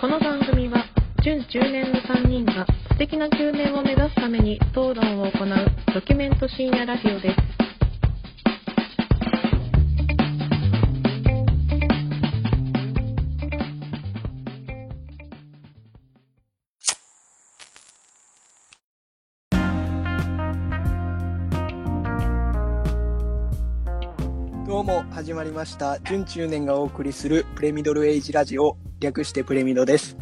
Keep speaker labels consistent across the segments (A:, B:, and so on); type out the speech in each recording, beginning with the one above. A: この番組は準10年の3人が素敵な9年を目指すために討論を行うドキュメント深夜ラジオです。
B: どうも始まりました準中年がお送りするプレミドルエイジラジオ略してプレミドです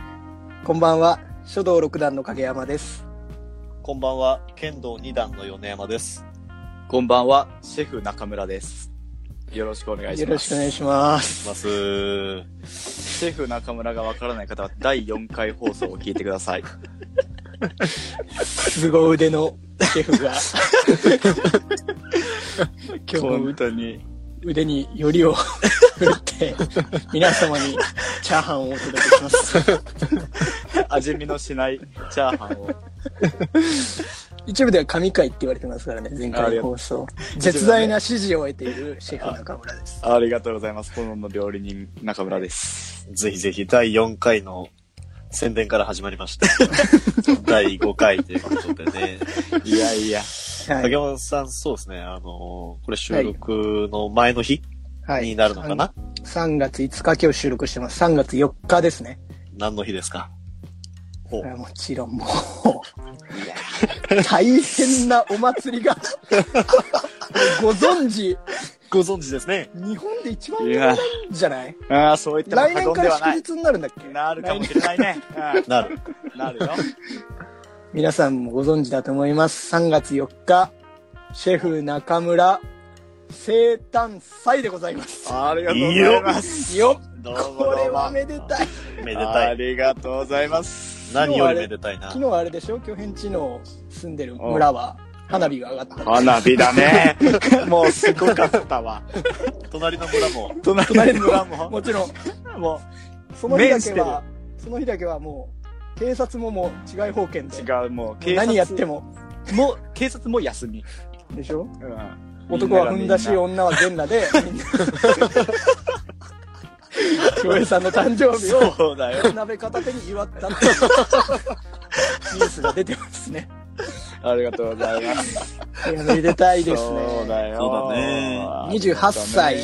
B: こんばんは書道六段の影山です
C: こんばんは、剣道二段の米山です。
D: こんばんは、シェフ中村です。よろしくお願いします。
B: よろしくお願いします
C: ます。は
D: シェフ中村がわからない方は第4回放送を聞いてください。
B: 凄腕のシェフが 今日も
D: 本当に。
B: 腕によりを振るって皆様にチャーハンをお届けします
D: 味見のしないチャーハンを。
B: 一部では神回って言われてますからね前回の放送絶大な支持を得ているシェフ中村です
D: ありがとうございます。炎の料理人中村です。
C: ぜひぜひ第4回の宣伝から始まりま した。第5回ということでね。
D: いやいや。
B: はい
C: 竹本さん、そうですね。あのーこれ収録の前の日
B: はい
C: になるのかな、
B: 3月5日今日収録してます。3月4日ですね。
C: 何の日ですかほう
B: これはもちろんもう、大変なお祭り が、ご存知、
C: ご存知ですね。
B: 日本で一番
D: いや、
B: じゃない
D: ああ、そういった
B: 来年
D: 過
B: か
D: 言で
B: ら
D: はない。
B: 祝日になるんだっけ
D: なるかもしれないね。
C: なる。
D: うんなる よ。
B: 皆さんもご存知だと思います。3月4日、シェフ中村、生誕祭でございます。
D: ありがとうございます。
B: よっ
C: どうも
B: これは
C: ど
B: めでたい。
C: うもめでた
D: あ
C: い。
D: りがとうございます。
C: 何よりめでたいな
B: 昨。日あれでしょ巨変地の住んでる村は、花火が上がった。
D: 花火だ ね。もうすごかったわ。
C: 隣の村も、
D: 隣の村も。
B: もちろん。
D: も
B: その日だけ
D: 面
B: は、その日だけはもう、警察ももう違い保険
D: う、
B: で。
D: 違う、もう、警察
B: 何やっても。
D: も、警察も休み。
B: でしょ
D: うん
B: 男は踏んだし、
D: みなが
B: 女は全裸で、みんな。京平さんの誕生
D: み
B: 日
D: んな
B: を、
D: そうだよ。
B: 鍋片手に祝ったっていうニュースが出てますね。
D: ありがとうございます。
B: いや、めでたいです
D: そう
B: ね。
D: だよ。
C: そうだね
B: 28歳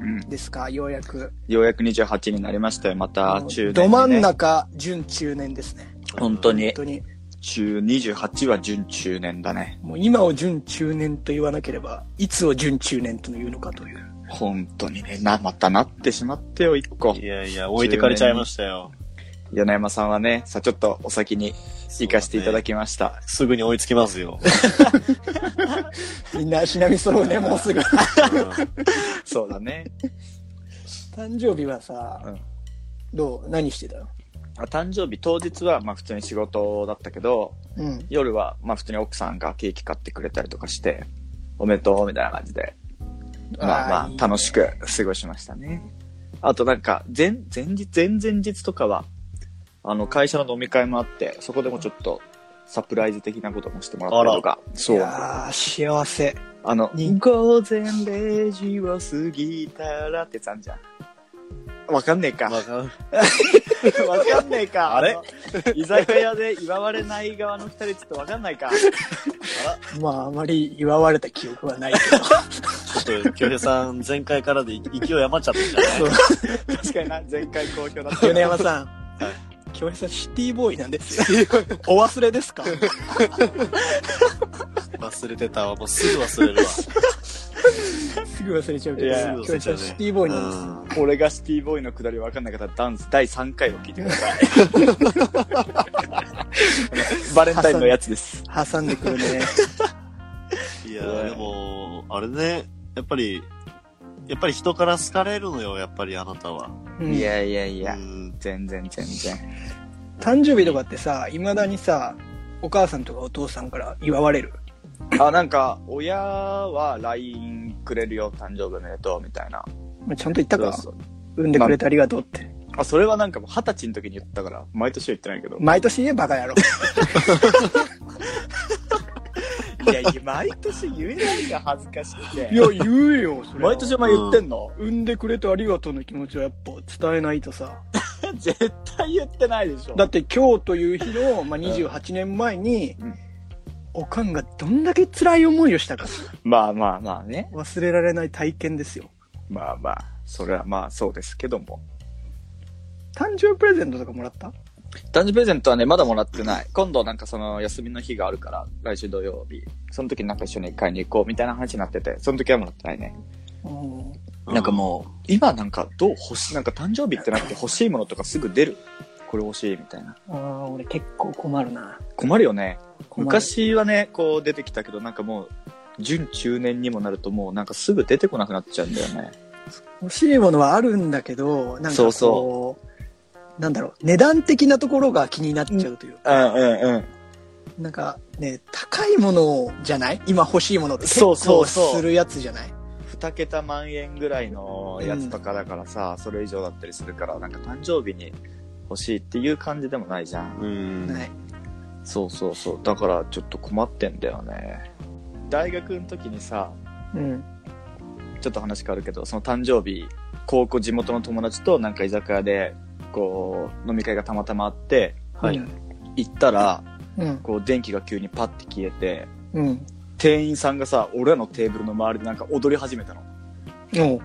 D: うん。
B: ですか、ようやく。
D: ようやく28になりましたよ。また、中年にね、
B: ど真ん中、準中年ですね。
D: 本当
B: 本
D: に。
B: 当に。
D: 中、28は準中年だね。
B: もう今を準中年と言わなければ、いつを準中年というのかという。
D: 本当にね、な、またなってしまってよ、一個。
C: いやいや、置いてかれちゃいましたよ。
D: 柳山さんはね、さ、ちょっとお先に行かせていただきました。
C: すぐに追いつきますよ。
B: みんな足並み揃うね、もうすぐ。
C: うん
D: そうだね。
B: 誕生日はさ、
D: うん
B: どう何してたの
D: あ誕生日当日は、まあ普通に仕事だったけど、
B: うん。
D: 夜は、まあ普通に奥さんがケーキ買ってくれたりとかして、おめでとうみたいな感じで、まあまあ楽し
B: く。
D: く過ごしましたね。あとなんか、前、前日、前々日とかは、あの会社の飲み会もあって、そこでもちょっとサプライズ的なこともしてもらったりとか、
B: い
D: そう。
B: やー幸せ。
D: あの、
B: に
D: 午前0時を過ぎたらってやつあんじゃん。わかんねえか。
C: わかん
D: わかんねえか。
C: あれ
D: の居酒屋で祝われない側の二人ちょっとわかんないか。
B: まあ、あまり祝われた記憶はないけど。
C: ちょっと、京平さん、前回からで勢い余っちゃったんじゃない
D: 確かにな、前回好評だった。
B: 米山さん。京平さん、シティボーイなんですよ。お忘れ ですか
C: 忘れてたわ。もうすぐ忘れるわ。
B: すぐ忘れちゃうけ
D: い
B: ど、
D: や
B: 京平さん、シティ
C: う
B: ボーイなんです。
C: ん。
D: 俺がシティボーイのくだりわかんなかったらダンス第3回を聞いてください。 バレンタインのやつです。
B: 挟んでくるね。
C: いやー、でも、あれね、やっぱり、やっぱり人から好かれるのよ、やっぱりあなたは。
B: うん
D: いやいやいや
C: う、ん。
D: 全然全然。
B: 誕生日とかってさ、いまだにさ、お母さんとかお父さんから祝われる。
D: あ、なんか、親は LINE くれるよ、誕生日おめでとう、みたいな。
B: まあちゃんと言ったか
D: そうそう
B: 産んでくれてありがとうって。
D: あ、それはなんかもう二十歳の時に言ったから、毎年は言ってないけど。
B: 毎年言えばカ野郎。
D: いや、毎年言えないが恥ずかしくて
B: いや、言えよ、それは。
D: 毎年お前言ってんの、
B: 産んでくれてありがとうの気持ちはやっぱ伝えないとさ、
D: 絶対言ってないでしょ。
B: だって今日という日の、まあ、28年前に、
D: うん
B: おかんがどんだけ辛い思いをしたか
D: まあまあまあね。
B: 忘れられない体験ですよ
D: まあまあ、それはまあそうですけども。
B: 誕生日プレゼントとかもらった
D: 誕生日プレゼントはね、まだもらってない。今度なんかその休みの日があるから、来週土曜日。その時なんか一緒に買いに行こうみたいな話になってて、その時はもらってないね。なんかもう、今なんかどう欲しい、なんか誕生日ってなくて欲しいものとかすぐ出る。これ欲しいみたいな。
B: ああ俺結構困るな
D: 困るよね。
B: 困る
D: 昔はね、こう出てきたけど、なんかもう、準中年にもなるともうなんかすぐ出てこなくなっちゃうんだよね。
B: 欲しいものはあるんだけどなんかこう
D: そうそ
B: なんだろう値段的なところが気になっちゃうという、
D: うんうんうん。
B: なんかね高いものじゃない今欲しいものって結
D: そうそ
B: 構
D: うそう
B: するやつじゃない
D: 2桁万円ぐらいのやつとかだからさ、それ以上だったりするから、なんか誕生日に欲しいっていう感じでもないじゃん。
C: うん。
B: ない
D: そうそうそう。だからちょっと困ってんだよね。大学の時にさ、
B: うん
D: ちょっと話変わるけど、その誕生日、高校地元の友達となんか居酒屋で、こう、飲み会がたまたまあって、
C: はい。
D: 行ったら、
B: うん
D: こう、電気が急にパッて消えて、
B: うん
D: 店員さんがさ、俺らのテーブルの周りでなんか踊り始めたの。
B: おう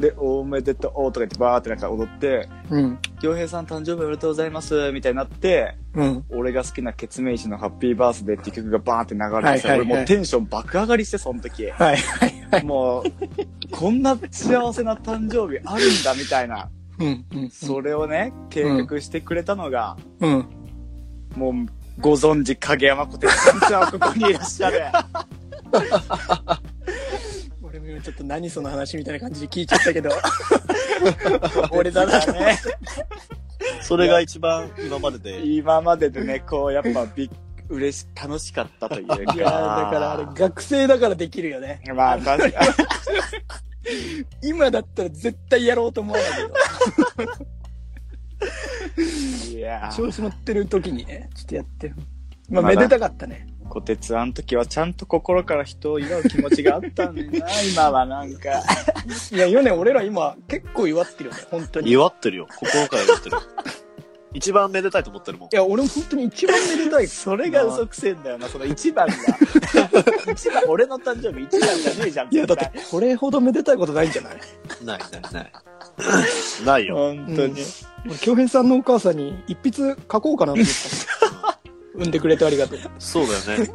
D: で、おめでとうとか言ってバーってなんか踊って、
B: うん
D: 洋平さん誕生日おめでとうございますみたいになって、
B: うん
D: 俺が好きなケツメイシのハッピーバースデーっていう曲がバーンって流れてさ、
B: はいはいはい
D: 俺もうテンション爆上がりして、その時。
B: はいはいはい
D: もう、こんな幸せな誕生日あるんだみたいな、
B: うんうん
D: それをね、計画してくれたのが、
B: うん
D: もう、ご存知、影山小手さんちはここにいらっしゃる。
B: 俺も今ちょっと何その話みたいな感じで聞いちゃったけ ど 俺だな
D: だね。
C: それが一番今までで。
D: 今まででね、こう、やっぱびっ、嬉し、楽しかったというか。
B: いやーだからあれ学生だからできるよね
D: まあ、確かに。
B: 今だったら絶対やろうと思わないけど
D: いやー
B: 調子乗ってる時にねちょっとやってるまあ
D: まだ
B: めでたかったね
D: こてつあの時はちゃんと心から人を祝う気持ちがあったんだ な、今はなんか。
B: いやよね俺ら今結構祝ってるよね本当にい
C: 祝ってるよ。心から祝ってる。一番めでたいと思ってるもん。
B: や俺も本当に一番めでたい
D: それが嘘くせえんだよな、その一番が。 一番、俺の誕生日一番じゃねえじゃん、
B: いやだ
D: 絶
B: っ
D: 対
B: てこれほどめでたいことないんじゃない
C: ないないない。ないよ。
D: 本当に。
B: 俺恭平さんのお母さんに一筆書こうかなって言ったの 産んでくれてありがとう
C: そうだよね。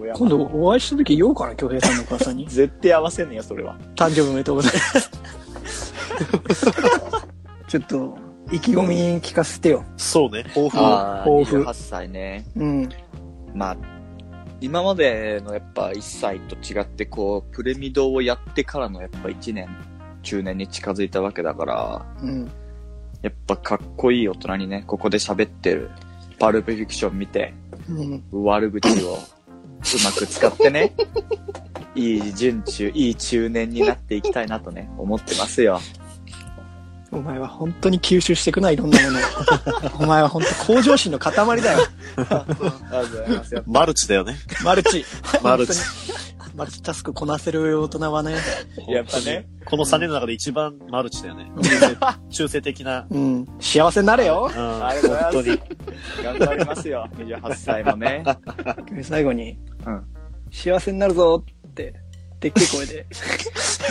D: 親は
B: 今度お会いした時言おうかな恭平さんのお母さんに
D: 絶対合わせねえよ、それは。
B: 誕生日おめでとうございます。 ちょっと、意気込み聞かせてよ。
C: そうね。抱負を。
D: あ
B: 抱負
D: 8歳ね。
B: うん。
D: まあ、今までのやっぱ1歳と違って、こう、プレミドをやってからのやっぱ1年、中年に近づいたわけだから、
B: うん。
D: やっぱかっこいい大人にね、ここで喋ってる、パルプフィクション見て、
B: うん。
D: 悪口をうまく使って ね、いい順中、いい中年になっていきたいなとね、思ってますよ。
B: お前は本当に吸収してくない、いろんなものを。 お前は本当向上心の塊だよ。
D: ありがとうございます。
C: マルチだよね。
B: マルチ。
C: マルチ。
B: 本当に。マルチタスクこなせる大人はね。
D: やっぱね。
C: この3人の中で一番マルチだよ ね。中性的な。
B: うん。幸せになれよ。
C: うん。
D: ありが
C: 本
D: と
C: 当
D: うござい
C: に。
D: ます。頑張りますよ。28歳もね。
B: 最後に、
D: うん
B: 幸せになるぞって、でっけえ声 で言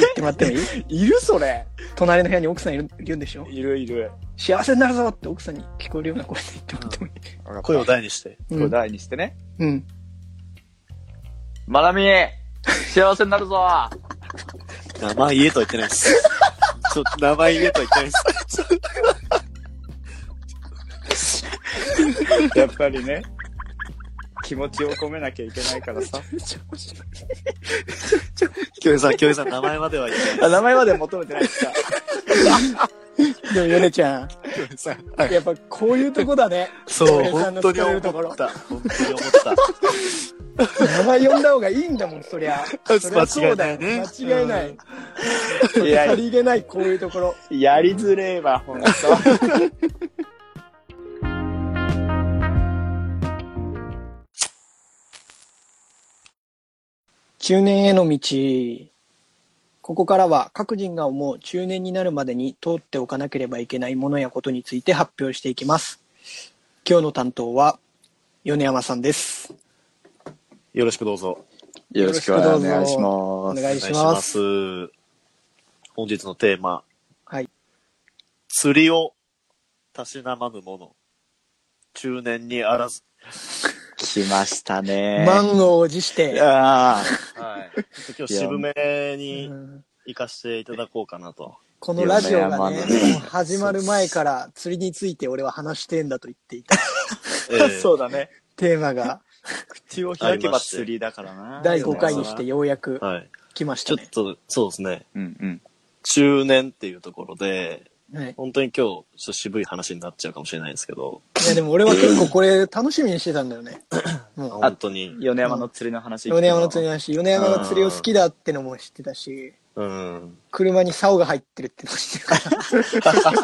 B: ってもらってもいい
D: いるそれ。
B: 隣の部屋に奥さんいるいるんでしょ
D: いるいる。
B: 幸せになるぞって奥さんに聞こえるような声で言ってもらってもいい
C: 声を大にして。
D: 声を大にしてね。
B: うん。
D: まなみ、幸せになるぞ。
C: 名前言えとは言ってないです。 ちょっと名前言えとは言ってないです。
D: やっぱりね。気持ちを込めなきゃいけないからさ。
C: 京平さん、京平さん、名前までは言ってない。
D: あ名前まで求めてないですか。
B: でも、ヨネちゃん。
C: 京平さん。
B: やっぱこういうとこだね。
C: そう、
B: 京平さん
C: 本
B: の
C: 当に
B: 疲れ
C: 思
B: るところ
C: った。本当に思っ
B: 名前呼んだ方がいいんだもん、そり ゃ。そりゃそうだよ
C: 間違いないね
B: 間違いない。
D: いや
B: さ、りげない、こういうところ。
D: やりづれえわ、ほんと。
B: 中年への道、ここからは各人が思う中年になるまでに通っておかなければいけないものやことについて発表していきます。今日の担当は米山さんです。
C: よろしくどうぞ。
D: よろしくお願いしま
B: お
D: す。
B: 願いします。
C: お願いします本日のテーマ、
B: はい。
C: 釣りをたしなまぬもの。中年にあらず。
D: 来ましたね。
B: 満を持して、
D: あ
C: はい。今日渋めに
B: うん
C: 行かせていただこうかな と。
B: このラジオが
D: 米
B: ね、
D: 山のね
B: もう始まる前から釣りについて俺は話してんだと言ってい た
C: え
D: あ
C: え
D: そうだね。
B: テーマが
D: 口を開けば釣りだからな。
B: 第5回にして
D: う
B: ようやく
C: はい。
B: 来まし
C: ち
B: た
C: ょっ
B: ね。
C: と、そうですね。
D: んうん。
C: 中年っていうところで、
B: はい
C: 本当に今日、ちょっと渋い話になっちゃうかもしれないですけど、
B: いやでも俺は結構これ楽しみにしてたんだよ ね。もう
C: 本当に、
D: 米山の釣りの話。
B: 米山の釣り
D: り。
B: だし、米山が釣りを好きだってのも知ってたし、
C: うん。
B: 車に竿が入ってるってのも知ってたから。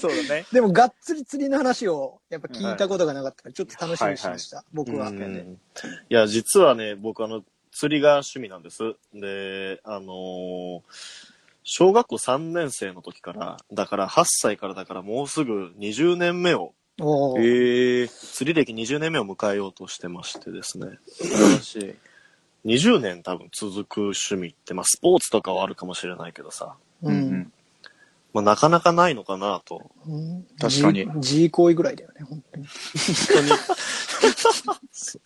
D: そうだね。
B: でもがっつり釣りの話をやっぱ聞いたことがなかったから、ちょっと楽しみにしました、僕は。
C: うんいや、実はね、僕あの、釣りが趣味なんです。で、あのー小学校3年生の時から、だから8歳からだからもうすぐ20年目を、
B: おー
D: ええ。
C: 釣り歴20年目を迎えようとしてましてですね、
D: 素晴らしい。
C: 20年多分続く趣味って、まあスポーツとかはあるかもしれないけどさ、
B: う。
D: うんん
C: まあなかなかないのかなと、
B: うん
D: 確かに
B: G 行為ぐらいだよね、本当に。
C: 本当に、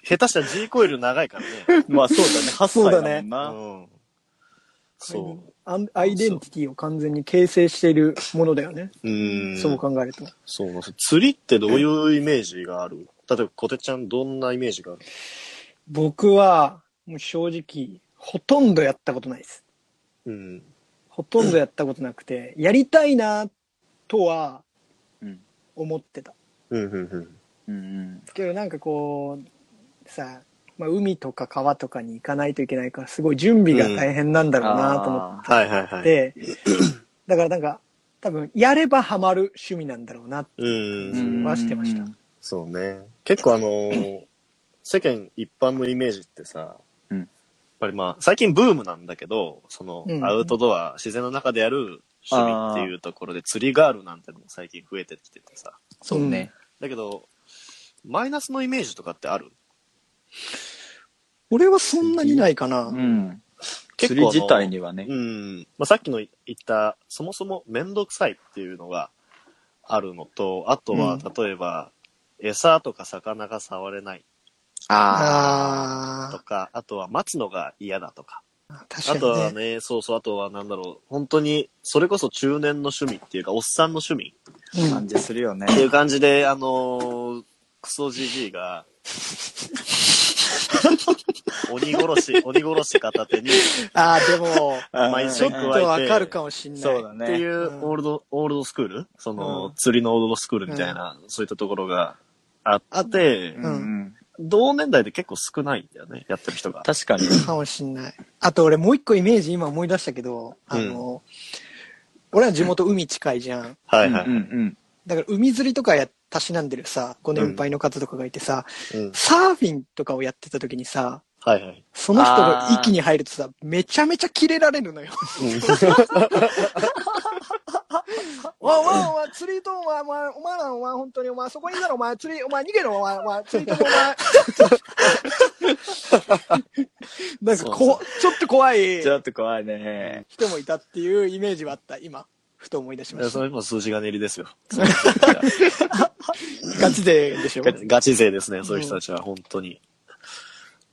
C: 下手したら G コイル長いからね。
D: うん。まあそうだね。8歳
B: そうだね
D: もんな。
C: うん。そ
B: アンアイデンティティを完全に形成しているものだよね。
C: う。うん。
B: そう考えると。
C: そうなんです。釣りってどういうイメージがある例えば、小手ちゃん、どんなイメージがある
B: 僕は、もう正直、ほとんどやったことないです。
C: うん。
B: ほとんどやったことなくて、やりたいなとは
D: うん
B: 思ってた。
C: うん、うん、
D: うん
B: けどなんかこう、さ、まあ、海とか川とかに行かないといけないから、すごい準備が大変なんだろうなと思
D: あー
C: はいはいは
B: っ
C: い。
B: て、だからなんか、多分、やればハマる趣味なんだろうな。
C: うん。
D: うん
B: はしてました
C: そうね。結構あのー世間一般のイメージってさ、
D: うん
C: やっぱりまあ、最近ブームなんだけど、その
B: う、ん
C: アウトドア、自然の中でやる趣味っていうところで、釣りガールなんてのも最近増えてきててさ。
D: そうね。
C: だけど、マイナスのイメージとかってある
B: 俺はそんなにないかな。
D: うん。
C: 結構
D: 釣り
C: あの
D: 自体にはね
C: う。ん。まあ、さっきの言った、そもそもめんどくさいっていうのがあるのと、あと
B: う
C: は
B: ん、
C: 例えば、餌とか魚が触れないと
B: あ
C: か、あとは待つのが嫌だとか。
B: あ、確か
C: あ
B: に、
C: と
B: ね。
C: はね、そうそう、あとはなんだろう、本当に、それこそ中年の趣味っていうか、おっさんの趣味
B: うん
D: 感じするよね
C: っ。ていう感 じで、あのークソじじいが、鬼殺し、鬼殺し片手に、
B: ああ、でも、
C: 毎
B: ちょ
C: 週
B: っ
C: 加
B: と
C: えて
B: わかるかもしんない。
D: そうだね。
C: っていううんオールド、オールドスクールそ
B: う
C: の、
B: ん
C: 釣りのオールドスクールみたいな、そういったところがあ
B: あ
C: っ、て、
D: うんうん。
C: 同年代で結構少ないんだよね、やってる人が。
D: 確かに。
B: かもしんない。あと俺もう一個イメージ今思い出したけど、あの、俺ら地元海近いじゃん。
C: は
D: はい
C: はい。
D: うん
B: だから海釣りとかやたしなんでるさ、ご年配の方とかがいてさ、
C: うん
B: サーフィンとかをやってた時にさ、
C: はいはい。
B: その人が息に入るとさ、めちゃめちゃキレられるのよ。 わんわんわん、釣りとお前、お前、お前らお前、本当にお前、そこにいたらお前、釣り、お前逃げろ、お前、お前、釣りとお前。なんかこう、ちょっと怖い
D: ちょっと怖いね。
B: 人もいたっていうイメージはあった、今。ふと思い出し
C: い
B: ま
C: や
B: し
C: そ
B: た。
C: れも数字が練りですよ。
B: ガチ勢でしょ。
C: ガチガチ勢ですね、そういう人たちは、本当に。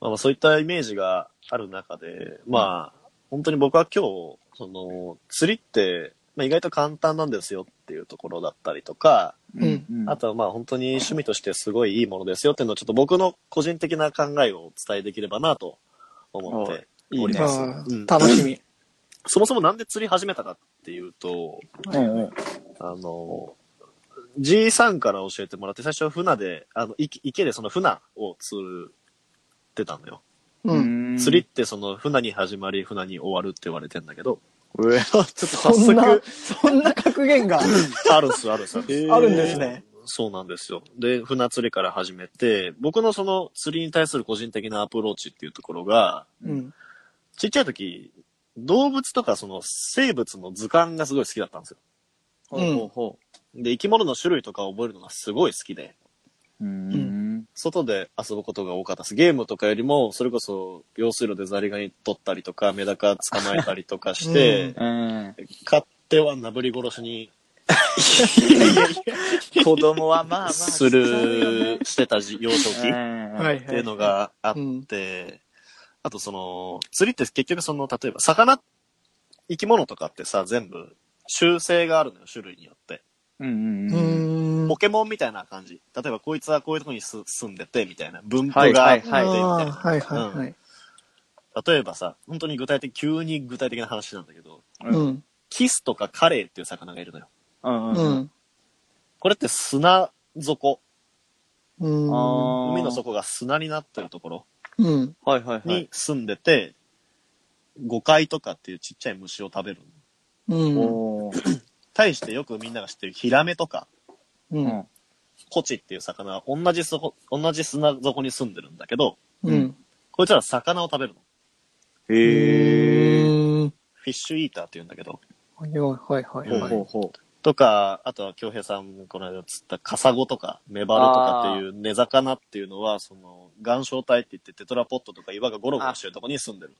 C: まあまあ、そういったイメージがある中で、まあ、本当に僕は今日、その、釣りって、まあ、意外と簡単なんですよっていうところだったりとか、
B: うん
C: あとはまあ本当に趣味としてすごいいいものですよっていうのをちょっと僕の個人的な考えをお伝えできればなと思って、
D: いい
C: おり
D: ね
C: ま。す
B: あ
C: うん
B: ー楽しみ。
C: そもそもなんで釣り始めたかっていうと、
D: うんうん。
C: あの、じいさんから教えてもらって最初は船で、あの、池池でその船を釣ってたのよ。
B: うん。
C: 釣りってその船に始まり船に終わるって言われてんだけ ど、
D: うわ。ちょっと
B: そんな、そんな格言が。
C: あるんすよあるんすよ。
B: あるんですね。
C: そうなんですよ。で、船釣りから始めて、僕のその釣りに対する個人的なアプローチっていうところが、
B: うん。
C: ちっちゃい時動物とかその生物の図鑑がすごい好きだったんですよ。
D: ほうほうほ
C: で、生き物の種類とかを覚えるのがすごい好きで、
D: う。うん。
C: 外で遊ぶことが多かったです。ゲームとかよりも、それこそ、用水路でザリガニ取ったりとか、メダカ捕まえたりとかして、
D: うん。
C: 買ってはなぶり殺しに
D: 子供はまあまあ。
C: する、してたじ幼少期っ
D: は。
B: はいい。
C: ていうのがあっ
B: うん。
C: て、あとその、釣りって結局その、例えば、魚、生き物とかってさ、全部、習性があるのよ、種類によって。
D: う
B: う
D: んうん。
B: ん。
C: ポケモンみたいな感じ。例えば、こいつはこういうとこにす住んでて、みたいな。分
D: は
C: 布
D: い
C: が
D: は
C: あ
D: い
C: って、みた
D: はいい
B: ああ、
C: な。
B: はいはいはい。
C: 例えばさ、本当に具体的、急に具体的な話なんだけど、
D: うん
B: うん。
C: キスとかカレイっていう魚がいるのよ。
D: うん
B: う
D: うん。
B: ん。
C: これって砂底、
B: うん。
D: あー
C: 海の底が砂になってるところ
B: うん。
D: はいはいはい。
C: に住んでて、ゴカイとかっていうちっちゃい虫を食べる。
B: うん。
D: おー
C: 対してよくみんなが知ってるヒラメとか、
B: う。
D: うんん。
C: コチっていう魚は同じそこ、同じ砂底に住んでるんだけど、
B: うん。
C: こいつら魚を食べるの。
D: へえ。
B: ー。
C: フィッシュイーターって言うんだけど。
B: はいはいはい
D: ほう
B: は
D: ほ
B: い。
D: うほ
C: とか、あとは京平さん、この間釣ったカサゴとか、メバルとかっていう根魚っていうのは、その、岩礁帯って言ってテトラポットとか岩がゴロゴロしてるとこに住んでる。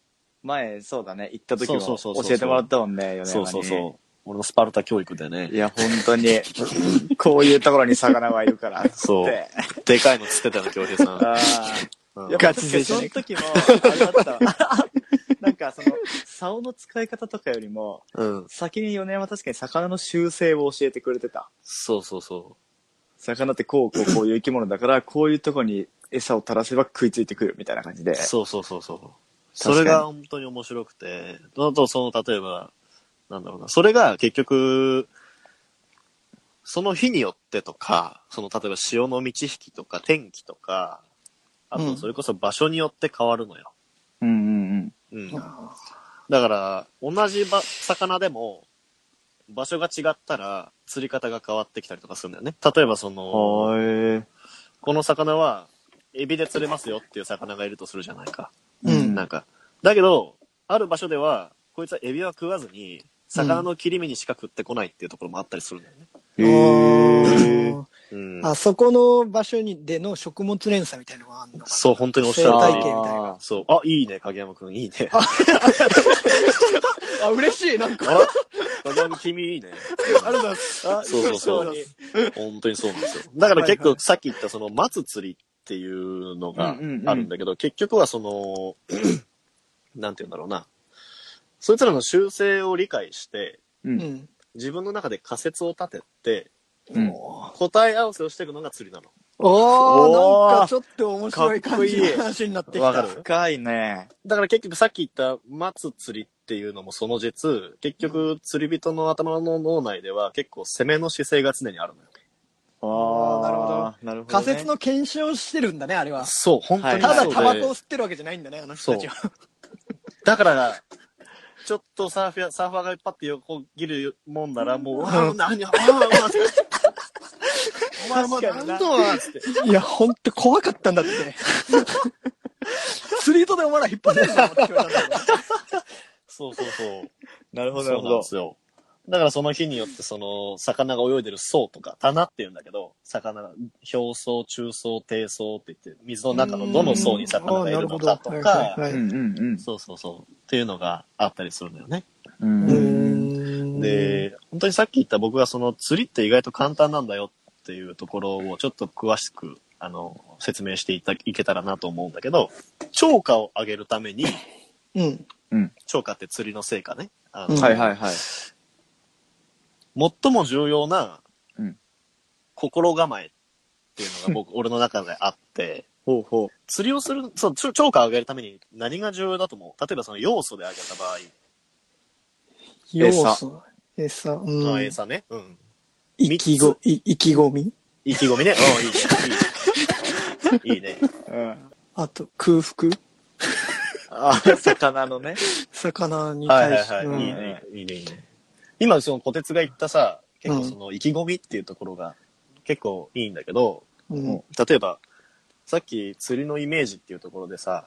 D: う。前、そうだね。行った時も
C: そうそうそうそう
D: 教えてもらったもんね、
C: そうそうそう。俺のスパルタ教育でね
D: い。や、本当に、こういうところに魚はいるから、
C: そう
D: って。
C: でかいの釣ってたの、京平さん。
D: あ
C: う
D: あ。
C: ん
D: やっぱ確かにその時も、あれだったわ。なんかその、竿の使い方とかよりも、
C: うん。
D: 先に米山は確かに魚の習性を教えてくれてた。
C: そうそうそ
D: 魚ってこうこうこういう生き物だから、こういうとこに餌を垂らせば食いついてくるみたいな感じで
C: う。。そうそうそうそう。そ
D: 確かに
C: れが本当に面白くて、あとその、例えば、なんだろうな、それが結局、その日によってとか、その、例えば潮の満ち引きとか、天気とか、あ
B: う
C: と、
B: ん
C: それこそ場所によって変わるのよ。
D: うんうん
C: うん。だから、同じば魚でも、場所が違ったら、釣り方が変わってきたりとかするんだよね。例えば、そ
D: うん。
C: の、
D: はー
C: この魚は、エビで釣れますよっていう魚がいるとするじゃないか。
B: うん
C: なんか。だけど、ある場所では、こいつはエビは食わずに、魚の切り身にしか食ってこないっていうところもあったりするんだよね。
D: へー。
C: うん。
B: あそこの場所にでの食物連鎖みたいなのがあるのか。
C: そう、本当におっしゃ
B: 生
C: る
B: 態
C: 通
B: 系みた
C: り
B: い。な
D: あー
C: そう。あ、いいね、影山くん、いいね。あ
B: あ、嬉しい。なんか、
C: ら影山君、いいね。
B: ありがとうございます。あ
C: そうそうそう
B: 嬉し
C: 本当にそうなんですよ。だから結
B: はいは
C: 構さっき言ったその松釣りっていうのが
D: うんうんうん
C: あるんだけど、結局はその、 なんて言うんだろうな。そいつらの習性を理解して、
D: う。
B: うんん。
C: 自分の中で仮説を立てて、
D: うん
C: 答え合わせをしていくのが釣りなの。
B: おー、
D: おー
B: なんかちょっと面白い感じ
D: かっこい
B: の
D: い
B: 話になってきた。
C: わかる
D: 深いね。
C: だから結局さっき言った松釣りっていうのもその実、結局釣り人の頭の脳内では結構攻めの姿勢が常にあるのよ。
D: あ
B: ーなるほど
D: ど。なるほど。
B: 仮説。の検証してるんだね、あれは。
C: そう、本当
D: 当
C: に
D: に
B: ただ
D: そう
B: タバコを吸ってるわけじゃないんだね、あの人たちは。
C: だから、ちょっとサーフィア、サーファーがいっぱって横切るもんなら、もう、あ あ、何、ああ、ああ、お前、お前、
D: 確か
C: 何
D: にな
C: とは、つって。
B: いや、ほんと怖かったんだって。釣り糸でお前ら引っ張れるぞって言われたんだけど
C: そうそうそう。
D: なるほど、な
C: そうな
D: るほ
C: ん
D: ど
C: で。すよ。だからその日によって、その、魚が泳いでる層とか、棚って言うんだけど、魚が、表層、中層、低層って言って、水 の中のどの層に魚がいるのかと
B: うんあーなるほどはいはいは
C: か、
B: い
D: うんうん
C: そうそうそう、っていうのがあったりするんだよね。
D: うん。うん。
B: ん、
C: で、本当にさっき言った僕がその釣りって意外と簡単なんだよっていうところをちょっと詳しく、あの、説明していたいけたらなと思うんだけど、釣果を上げるために、
B: うん。
C: 釣果って釣りの成果ね。あの
B: うん
D: はいはいはい。
C: 最も重要な
D: うん、
C: 心構えっていうのが僕、俺の中であって、
D: ほうほう。
C: 釣りをする、そう、釣釣果を上げるために何が重要だと思う例えばその要素で上げた場合、
B: 要素。餌。
C: まあ
B: うん。
C: 餌ね。うん。
B: 意気ご、い意気込み
C: 意気込みね。うん、いいね。いいね。いいね。
D: うん。
B: あと、空腹
D: あ、魚のね。
B: 魚に
C: はいは
B: 対
C: い
B: して。
C: はい。
B: うん
C: いいね、いいね、いいね。今、その、小鉄が言ったさ、結構その、意気込みっていうところが、結構いいんだけど、
B: うん
C: 例えば、さっき釣りのイメージっていうところでさ、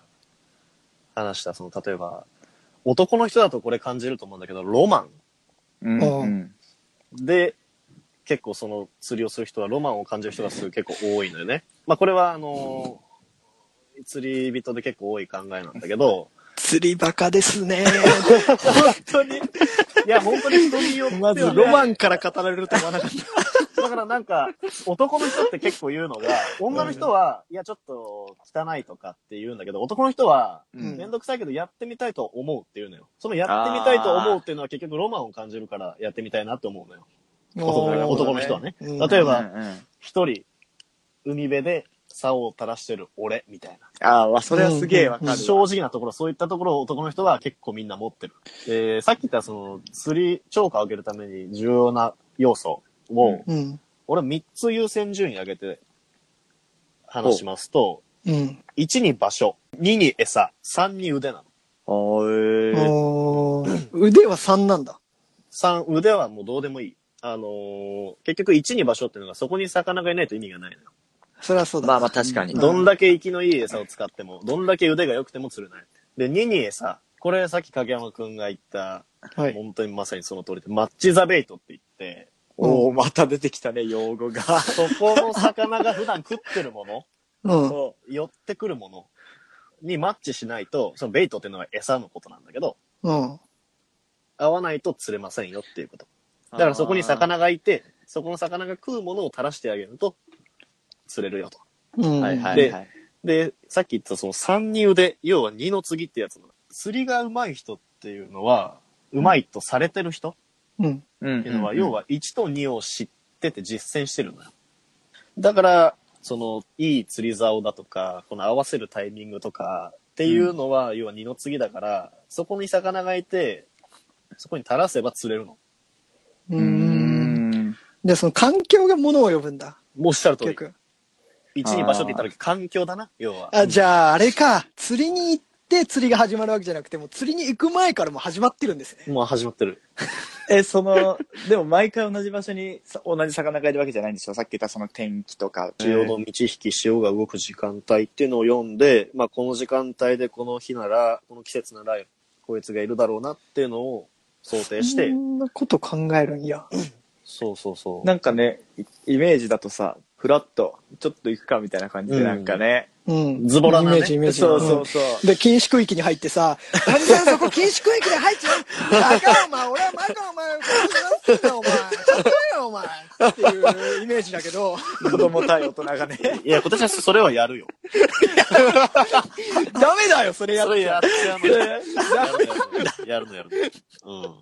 C: 話した、その、例えば、男の人だとこれ感じると思うんだけど、ロマ
D: うんうん。
C: ン。で、結構その釣りをする人はロマンを感じる人がすごい結構多いのよね。まあこれはあのー釣り人で結構多い考えなんだけど、
B: 釣りバカですね。
C: 本当に、いや本当に人によっては
B: ま
C: ね、
B: ずロマンから語られると思わなかっ
C: だからなんか、男の人って結構言うのが、女の人は、いや、ちょっと汚いとかって言うんだけど、男の人は、
D: うん
C: めんどくさいけどやってみたいと思うっていうのよ。そのやってみたいと思うっていうのは結局ロマンを感じるからやってみたいなって思うのよ。
B: た。
C: 男
D: なる
C: の
D: ほど
C: 男の
D: ね
C: 人はね。
B: うん
C: 例えば、
D: うんうん
C: 一人、海辺で竿を垂らしてる俺みたい
D: ああ、わそれはすげえわかる
C: な。
D: わ。
C: 正直なところ、そういったところを男の人は結構みんな持ってる。で、さっき言ったその、釣り、釣果を上げるために重要な要素を、
D: うん
B: うん。
C: 俺3つ優先順位上げて話しますと、
B: うん。
C: 1に場所、2に餌、3に腕なの。
D: おーえー
B: おー腕は3なんだ。
C: 3、腕はもうどうでもいい。あのー結局1に場所っていうのがそこに魚がいないと意味がないのよ。
B: それはそうだ。
D: まあまあ確かに。
C: どんだけ生きのいい餌を使っても、どんだけ腕が良くても釣れない。で、2に餌。これさっき影山くんが言った、
B: はい。
C: 本当にまさにその通りで、マッチザベイトって言って、
D: おお、また出てきたね、用語 が。
C: そこの魚が普段食ってるもの、
B: うん。
D: そ
C: 寄ってくるものにマッチしないと、そのベイトっていうのは餌のことなんだけど、
B: うん。
C: 合わないと釣れませんよっていうこと。
D: う
C: だからそこに。魚がいて、そこの魚が食うものを垂らしてあげると、釣れるよと。
B: うん。
D: はいは
C: で
D: いはい。
C: で、さっき言ったその三に腕、要は二の次ってやつの。釣りが上手い人っていうのは、上手いとされてる人っ
B: うん。
D: うん
C: ていうのは、要は1と2を知ってて実践してるのよ。だから、その、いい釣り竿だとか、この合わせるタイミングとかっていうのは、要は二の次だから、そこに魚がいて、そこに垂らせば釣れるの。
B: う
D: う
B: ー
D: ー
B: ん。
D: ん。
B: で、その環境が物を呼ぶんだ。
C: もうおっしゃる通
B: 結
C: り。
B: 局。
C: 一に場所って言ったら環境だな、要は。
B: あ、じゃあ、あれか。釣りに行って釣りが始まるわけじゃなくて、もう釣りに行く前からもう始まってるんですね。
C: もう始まってる。
D: え、その、でも毎回同じ場所にさ同じ魚がいるわけじゃないんでしょさっき言ったその天気とか。
C: 潮の満ち引き、潮が動く時間帯っていうのを読んで、まあこの時間帯でこの日なら、この季節なら、こいつがいるだろうなっていうのを想定して
B: そ、んなこと考えるんや。
C: そうそうそう。
D: なんかね、イイメージだとさ、フラッと、ちょっと行くかみたいな感じで、なんかね。
B: うん。
C: ズボラなね
B: イメージ、イメージ。
D: そうそうそう。
B: で、禁止区域に入ってさ、何さんそこ禁止区域に入っちゃうバカお前、俺はバカお前、こんなのお前、例えよお前っていうイメージだけど、
D: 子供対大人がね。
C: いや、今年はそれはやるよ。
B: ダメだよ、それや
C: そ
B: っ
C: れ
B: て。
C: やっちゃうの。やるのやるの。うん。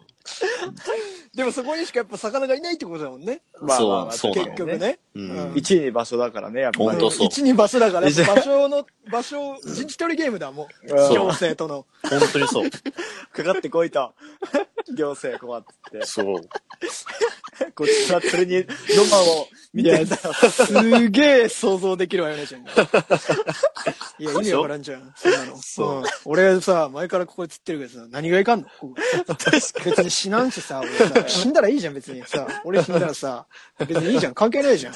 B: でもそこにしかやっぱ魚がいないってことだもんね。
D: まあまあまあ
C: そう
B: 結局。ね。
C: うん
B: うん
D: 一位に場所だからね、やっぱり。
C: 本当そう
B: 一に場所だから、やっぱ場所の、場所、陣地取りゲームだ、もう。
D: そう
B: 行政との。
C: 本当にそう。
D: かかってこいと。 行政こうっつっ
C: そう。
D: て。こっちはそれにロマンを見てんだよ。
B: すげえ想像できるわよ ね、ちゃんが。いや、意味わからんじゃん、そんなの。
C: そう
B: うん俺さ、前からここで釣ってるけどさ、何がいかんのここ別に死なんしさ、俺さ、 死んだらいいじゃん、別にさ。俺死んだらさ、別にいいじゃん、関係ないじゃん。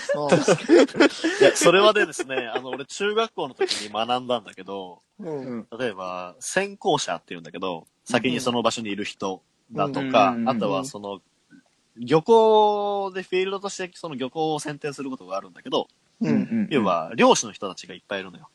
C: いや、それはでですね、あの、俺中学校の時に学んだんだけど、
B: うんうん
C: 例えば、先行者って言うんだけど、先にその場所にいる人だと
D: う
C: か
D: んうんう、ん
C: あとはその、漁港でフィールドとしてその漁港を選定することがあるんだけど、
B: うん。
C: 要は漁師の人たちがいっぱいいるのよ。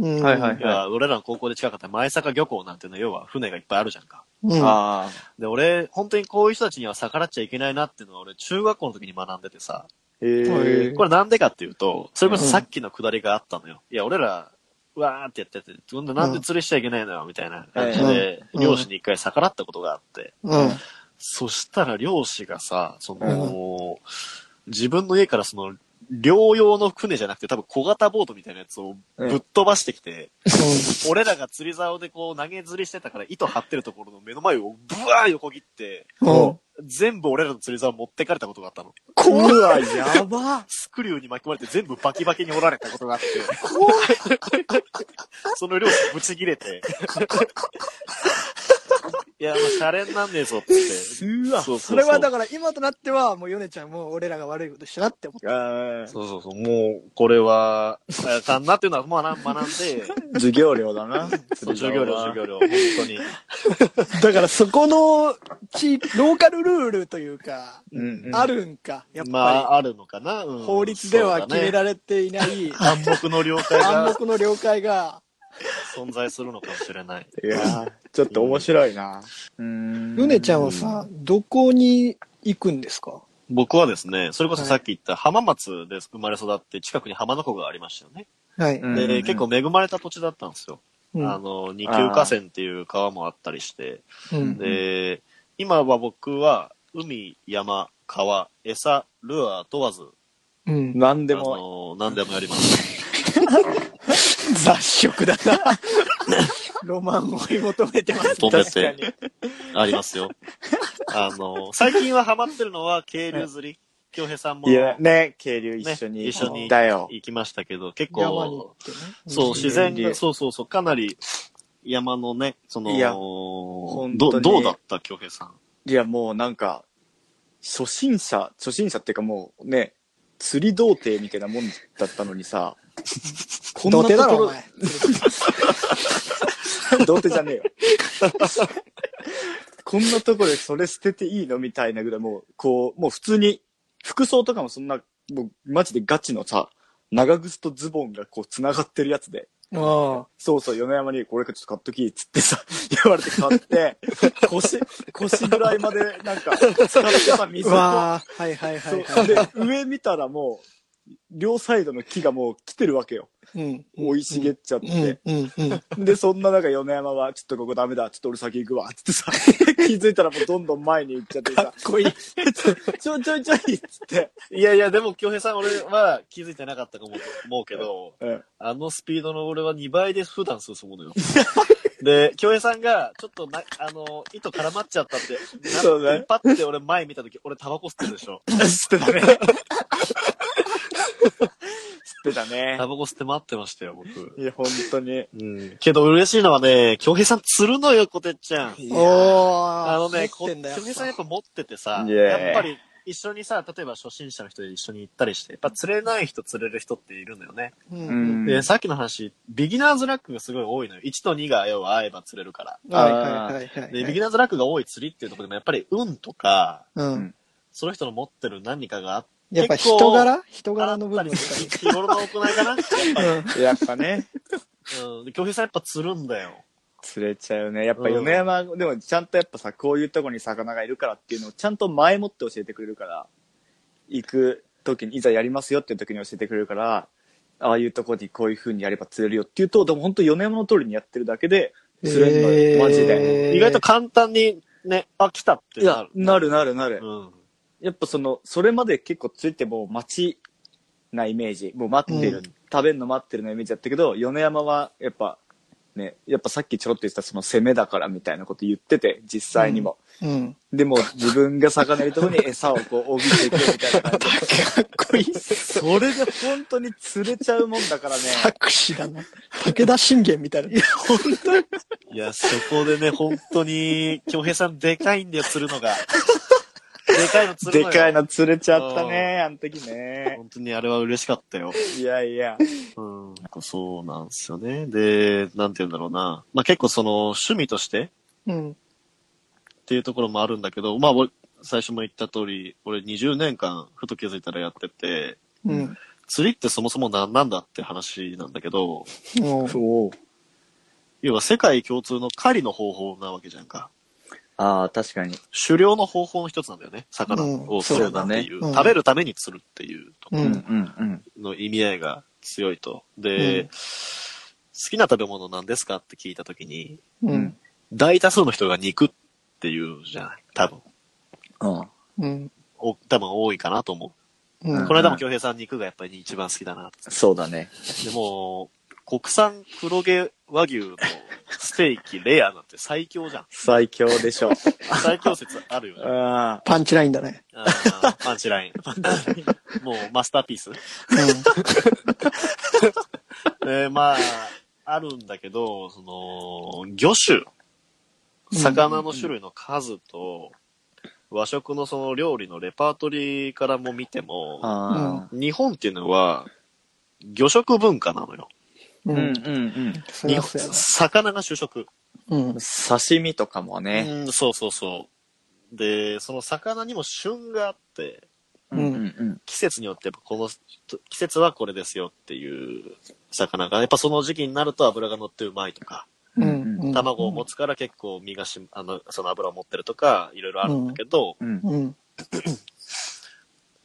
B: うん
D: はいはい
C: 要は俺らの高校で近かった前坂漁港なんていうのは要は船がいっぱいあるじゃんか。
B: うん
D: ああ。
C: で、俺、本当にこういう人たちには逆らっちゃいけないなっていうのは俺中学校の時に学んでてさ、
D: へえ。
C: これなんでかっていうと、それこそさっきのくだりがあったのよ。いや、俺ら、うわーってやってて、今度なんで釣りしちゃいけないのよ、みたいな感じで、
B: うん
C: 漁師に一回逆らったことがあって。
B: うん。
C: そしたら漁師がさ、その、自分の家からその、漁用の船じゃなくて多分小型ボートみたいなやつをぶっ飛ばしてきて、俺らが釣り竿でこう投げ釣りしてたから糸張ってるところの目の前をブワー横切って、
B: うん。
C: 全部俺らの釣り竿持ってかれたことがあったの。
B: 怖
D: うわ、やば。
C: スクリューに巻き込まれて全部バキバキに折られたことがあって。その漁師ぶち切れて。いや、もう、シャレになんねえぞって。
D: う
C: そうそ う
B: それはだから今となっては、もうヨネちゃんも俺らが悪いことしたなって思っ
D: あー
C: そうそうそう、もう、これは、あやかんなっていうのは、まあ、学んで、
D: 授業料だな。
C: そう授業料、授業料、本当に。
B: た。だからそこの地域、ローカルルールというか、
D: うんうん
B: あるんか、やっ
C: ま
B: ぱ
C: あ、あるのかな、うん
B: り。法律では決め
C: れ
B: られていない
C: 暗黙の了解
B: 暗
C: が
B: 黙の了解が、
C: 存在するのかもしれない。
D: いやーちょっと面白いな。うん
B: ヨネちゃんはさ、どこに行くんですか
C: 僕はですね、それこそ
B: はい
C: さっき言った浜松で生まれ育って、近くに浜の湖がありましたよね。
B: はい。
D: うん
C: で、結構恵まれた土地だったんですよ。
B: うん
C: あの、二級河川っていう川もあったりして、
B: うん
C: で、今は僕は海、山、川、餌、ルアー問わず、
B: うん
D: 何で
C: で
D: も、
C: も何でもやります。
B: 雑食だな。ロマンを追い求めて ます。
C: 求めて
B: 確かに。
C: ありま すよ。あの、最近はハマってるのは渓流釣り。京平さんも
D: いや、ね、渓流一緒に。
C: ね一緒に
D: だよ。
C: 行きましたけど、結
B: 山に行
C: 構
B: っ、てね。
C: そう、自然
D: うん
C: が、そうそうそう、かなり山のね、その、
D: いや
C: ど
D: 本当
C: ど
D: に
C: うだった京平さん。
D: いや、もうなんか、初心者、初心者っていうかもうね、釣り童貞みたいなもんだったの にさ、こ
B: 土手だろ、お
D: ろ
B: 前。
D: 童貞じゃねえよ。こんなとこでそれ捨てていいのみたいなぐらい、もう、こう、もう普通に、服装とかもそんな、もうマジでガチのさ、長靴とズボンがこう繋がってるやつで、
B: あ
D: そうそう、米山に、これちょっと買っとき、っつってさ、 言われて買って、腰、腰ぐらいまでなんか、使ってさ、
B: あ。
D: 水を。
B: わあ、はいはいはい
D: そ
B: は
D: う
B: い。
D: で、上見たらもう、両サイドの木がもう来てるわけよ。
B: うん
D: 生い茂っちゃっ
B: うん
D: て。
B: うんうん。
D: で、そんな中、米山は、ちょっとここダメだ、ちょっと俺先行くわ、つっ てさ、気づいたらもうどんどん前に行っちゃってさ、
B: こいい。
D: ちょいちょいちょい、つって。
C: いやいや、でも京平さん、俺は気づいてなかったかも思うけ ど、
D: うん
C: あのスピードの俺は2倍で普段進む のよ。で、京平さんが、ちょっとな、あの、糸絡まっちゃったって、な
D: そうだね
C: パッて俺前見た時俺タバコ吸ってるで しょ。
D: 吸っ てたね。吸ってたね
C: タ。バコ吸って待ってましたよ、僕。
D: いや、本当に。
C: うん。けど嬉しいのはね、京平さん釣るのよ、コテッちゃん。
B: おー。
C: あのね、
B: 持
C: こ
B: って
C: 京
B: んだよ
C: 平さんやっぱ持っててさ、
D: いや
C: やっぱり一緒にさ、例えば初心者の人で一緒に行ったりして、やっぱ釣れない人釣れる人っているんだよね。
B: うん
D: うん
C: で、さっきの話、ビギナーズラックがすごい多いのよ。1と2が要は合えば釣れるから。
B: はいはいはいはいはい。
C: で、ビギナーズラックが多い釣りっていうところでもやっぱり運とか、
B: うん。
C: その人の持ってる何かがあっ
B: やっぱ
C: 結構
B: 人柄人
C: た
B: 柄の部分
C: り
B: です
C: する日頃の行いかな。やっぱ
B: か
C: り
B: ね。
D: やっぱね。
C: うん。で、京平さんやっぱ釣るんだよ。
D: 釣れちゃうね。やっぱ
C: うん
D: 米山、でもちゃんとやっぱさ、こういうとこに魚がいるからっていうのをちゃんと前もって教えてくれるから、行く時に、いざやりますよっていう時に教えてくれるから、ああいうとこにこういう風にやれば釣れるよっていうと、でも本当米山の通りにやってるだけで、釣れるのよ、
B: えー
D: マジで。
B: えー
C: 意外と簡単にね、あ、来たって
D: い
C: な
D: や
C: る、。
D: なるなるなる。
C: うん。
D: やっぱその、それまで結構釣ってもう待ちなイメージ。もう待ってる。
C: うん
D: 食べるの待ってるのイメージだったけど、米山はやっぱ、ね、やっぱさっきちょろっと言ってたその攻めだからみたいなこと言ってて、実際にも。
B: うん。うん。
D: でも自分が魚いるところに餌をこう、おびていくみたいな感じ
B: か
D: で。
B: っこいい。
D: それで本当に釣れちゃうもんだからね。
B: 作詞だな。武田信玄みたいな。
C: いや、そこでね、本当に、京平さんでかいんだよ、釣るの が。でかいの釣る
D: で
C: のよ。
D: かいの釣れちゃったね、あの時ね。
C: 本当にあれは嬉しかったよ。
D: いやいや。
C: うん。そうなんですよね。で、なんて言うんだろうな。まあ結構その、趣味として、
B: うん。
C: っていうところもあるんだけど、まあ、俺最初も言った通り、俺20年間、ふと気づいたらやってて、
B: うん。
C: 釣りってそもそも何なんだって話なんだけど、
B: もう
D: そう。
C: 要は世界共通の狩りの方法なわけじゃんか。
D: ああ、確かに。
C: 狩猟の方法の一つなんだよね。魚を釣るなんていう。
B: うんそうだねうん
C: 食べるために釣るっていうとこ
D: う
B: うん。
D: うんん
C: の意味合いが強いと。で、
B: うん
C: 好きな食べ物なんですかって聞いたときに、
D: う。
B: うんん。。
C: 大多数の人が肉っていうじゃない。多分。
D: うん。
B: うん。
C: お多分多いかなと思
B: う
C: う。
B: ん
C: この間も京平さん肉がやっぱり一番好きだなって
D: そうだね。
C: でも、国産黒毛和牛のステーキレアなんて最強じゃん。
D: 最強でしょ。
C: 最強説ある よね。
D: あ
B: パンチラインだね。
C: あーパンチライン。 もうマスターピース。 で、まあ、あるんだけど、その、魚種魚の種類の数と、和食のその料理のレパートリーからも見ても、
D: あ
C: 日本っていうのは、魚食文化なのよ。
B: う
D: ーうん
B: ん。
D: うん
B: そ
C: 日
B: りゃ
C: 本
B: そうやな
C: 魚が主食。
B: うん
D: うん。刺身とかもね。
C: うん、そうそうそう。で、その魚にも旬があって、
B: うん
D: うん
C: 季節によってやっぱこの季節はこれですよっていう魚が、やっぱその時期になると脂が乗ってうまいとか、
D: う
B: うんん。
C: 卵を持つから結構身がし、あの、その脂を持ってるとか、いろいろあるんだけど、
D: うん。
B: うん。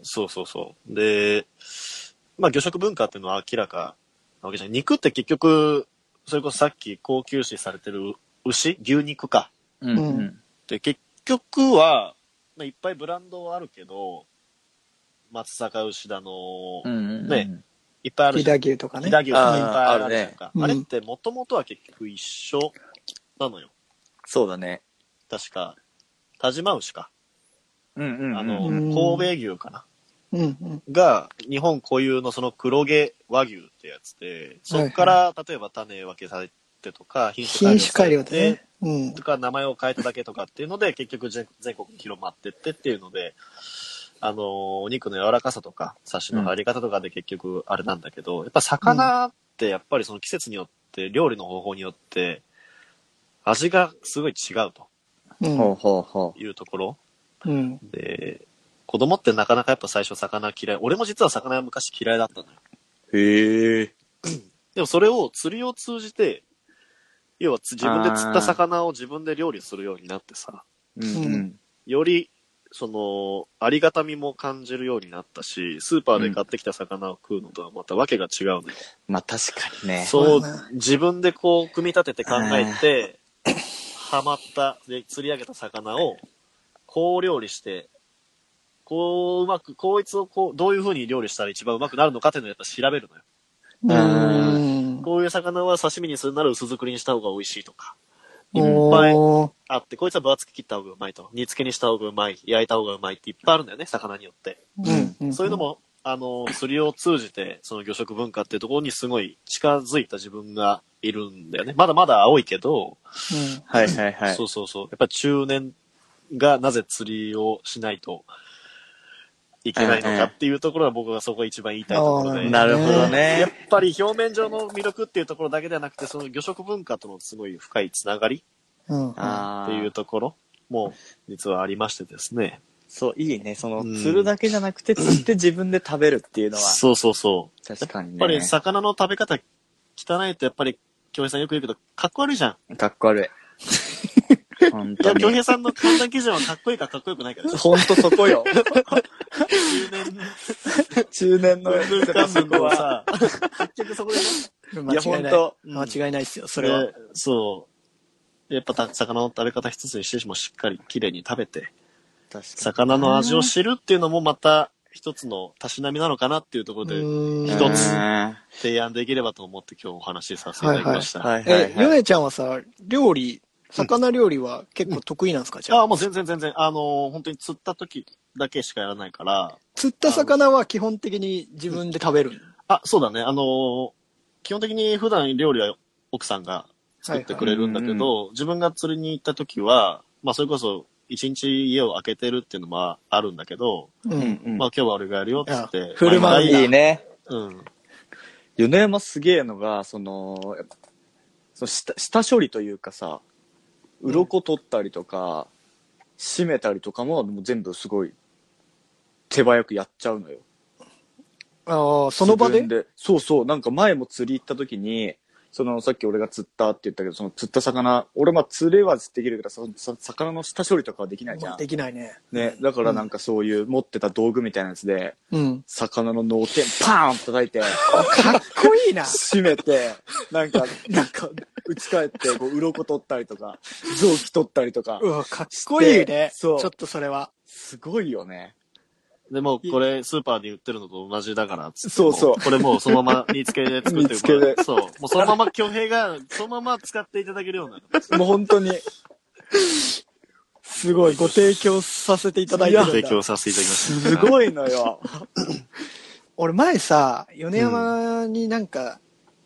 C: そうそうそう。で、まあ魚食文化っていうのは明らかなわけじゃん。肉って結局、それこそさっき高級視されてる牛牛肉か。
D: うん
B: う
D: うんん。
C: で、結局は、まあ、いっぱいブランドはあるけど、松阪牛だの、
D: うん。
C: ねいっぱいある
B: 飛
C: じゃん
B: 騨牛とか
C: 飛
B: ね。
C: 騨牛とかいっぱいあ
D: あーあ
C: る
D: る
C: じゃん
D: ね
C: か。
B: うん
C: あれってもともとは結局一緒なのよ。
D: そうだね。
C: 確か。田島牛か。
D: うんうんうん。
C: あの、
B: うん
C: 神戸牛かな。
B: うんうん。
C: が、日本固有のその黒毛和牛ってやつで、そっから、例えば種分けされてとか、品
B: 品種改良
C: さ
B: で
C: れて
B: ね。うん
C: と。か、名前を変えただけとかっていうので、結局全全国に広まってってっていうので、あのーお肉の柔らかさとか、サシの入り方とかで結局あれなんだけど、やっぱ魚ってやっぱりその季節によって、料理の方法によって、味がすごい違うと
B: うん
D: ほうほうほ
C: いうところ
B: うん。
C: で、子供ってなかなかやっぱ最初魚嫌い。俺も実は魚は昔嫌いだったのよ。
D: う。へえ。
C: でもそれを釣りを通じて、要はつ自分で釣った魚を自分で料理するようになってさ、
D: うん
C: より、その、ありがたみも感じるようになったし、スーパーで買ってきた魚を食うのとはまたわけが違うのよ。
D: まあ確かにね。
C: そう
B: まあまあ、
C: 自分でこう、組み立てて考えて、ハマった、で、釣り上げた魚を、こう料理して、こううまく、こいつをこう、どういう風に料理したら一番うまくなるのかっていうのをやっぱ調べるのよ。
B: うん。
C: こういう魚は刺身にするなら薄作りにした方が美味しいとか。いっぱい
B: おー
C: あって、こいつは分厚く切った方がうまいと。煮付けにした方がうまい。焼いた方がうまいっていっぱいあるんだよね、魚によって。
B: うんうん。
C: そういうのも、あの、釣りを通じて、その魚食文化っていうところにすごい近づいた自分がいるんだよね。まだまだ青いけど、
B: うん。
D: はいはいはい
C: そ。うそうそう。やっぱ中年がなぜ釣りをしないといけないのかっていうところは僕がそこが一番言いたいところ
B: う
C: で。
B: ん
D: なるほど
C: やっ
D: ね。
C: ぱり表面上の魅力っていうところだけではなくて、その魚食文化とのすごい深いつながり
B: うん。
D: あ
C: っ
D: あ。
C: ていうところも実はありましてですね。
D: そう、いいね。その、
C: うん
D: 釣るだけじゃなくて、釣って自分で食べるっていうのは、
C: そうそうそう。
D: 確かにね。
C: やっぱり魚の食べ方汚いとやっぱり京平さんよく言うけど、かっこ悪いじゃん。
D: かっこ悪 い。
C: い
D: 本
C: や、
D: 当
C: 京
D: に。
C: 平さんの判断基準はかっこいいかかっこよくないかです。
D: 本当そこ よ。
C: 中年の
D: 中年の
C: 文
D: や
C: 化
D: つが そ
C: 部
D: こ
C: は
D: は。
C: さ、 結局そこでね、
D: い
B: 間
D: や、
B: 違
D: 本
B: いない。
D: 当。
C: うん
B: 間違いないですよ、それは
C: で。そう。やっぱた魚の食べ方一つにしてもしっかりきれいに食べて、
D: 確か
C: 魚の味を知るっていうのもまた一つのたしなみなのかなっていうところで
B: うん
D: に。
C: 一つ
D: は
C: 提案できればと思って今日お話しさせていただきまし
D: い
C: た。
D: はいは
B: え、ヨ
D: い。
B: ネちゃんはさ、料理、魚料理は結構得意なんですかじゃ
C: あ
B: あ。
C: あ、もう全然全然、あのー本当に釣った時だけしかやらないから、
B: 釣った魚は基本的に自分で食べる。
C: あ、そうだね、あのー基本的に普段料理は奥さんが作ってくれるんだけ
D: はい
C: ど、自分が釣りに行った時は、まあそれこそ一日家を空けてるっていうのもあるんだけど、
B: う。
D: うんん
C: まあ今日は俺がやるよって言っ
B: いや
C: て。
B: 振る
C: まあ
B: 舞
D: うん。
B: うんだ
D: いい。ね。
C: うん。
D: 米山すげえのが、その、やっぱその下下処理というかさ、鱗取ったりとか、締めたりとかも、もう全部すごい、手早くやっちゃうのよ。
B: ああ、その場で
D: 自分そうそうなんか前も釣り行った時にそのさっき俺が釣ったって言ったけどその釣った魚俺まあ釣れはできるけどそのさ魚の下処理とかはできないじゃん
B: で、きないね。
D: ね、だからなんかそういう持ってた道具みたいなやつで
B: うん。
D: 魚の脳天パーン叩いて
B: かっこいい な。
D: 締めてなんかなんか打ち返ってこう鱗取ったりとか臓器取ったりとか
B: うわ、かっこいいね。ち
D: そう
B: ょっとそれは。
D: すごいよね
C: でもこれスーパーで売ってるのと同じだからっつって
D: そうそう
C: これもうそのまま煮付けで作って
D: 煮付けで
C: そう。もうそのまま巨兵が、そのまま使っていただけるような。
D: もう本当に
B: すごい、ご提供させていただいてるんだ。
C: 提供させていただきました。
D: すごいのよ
B: 俺前さ、米山になんか、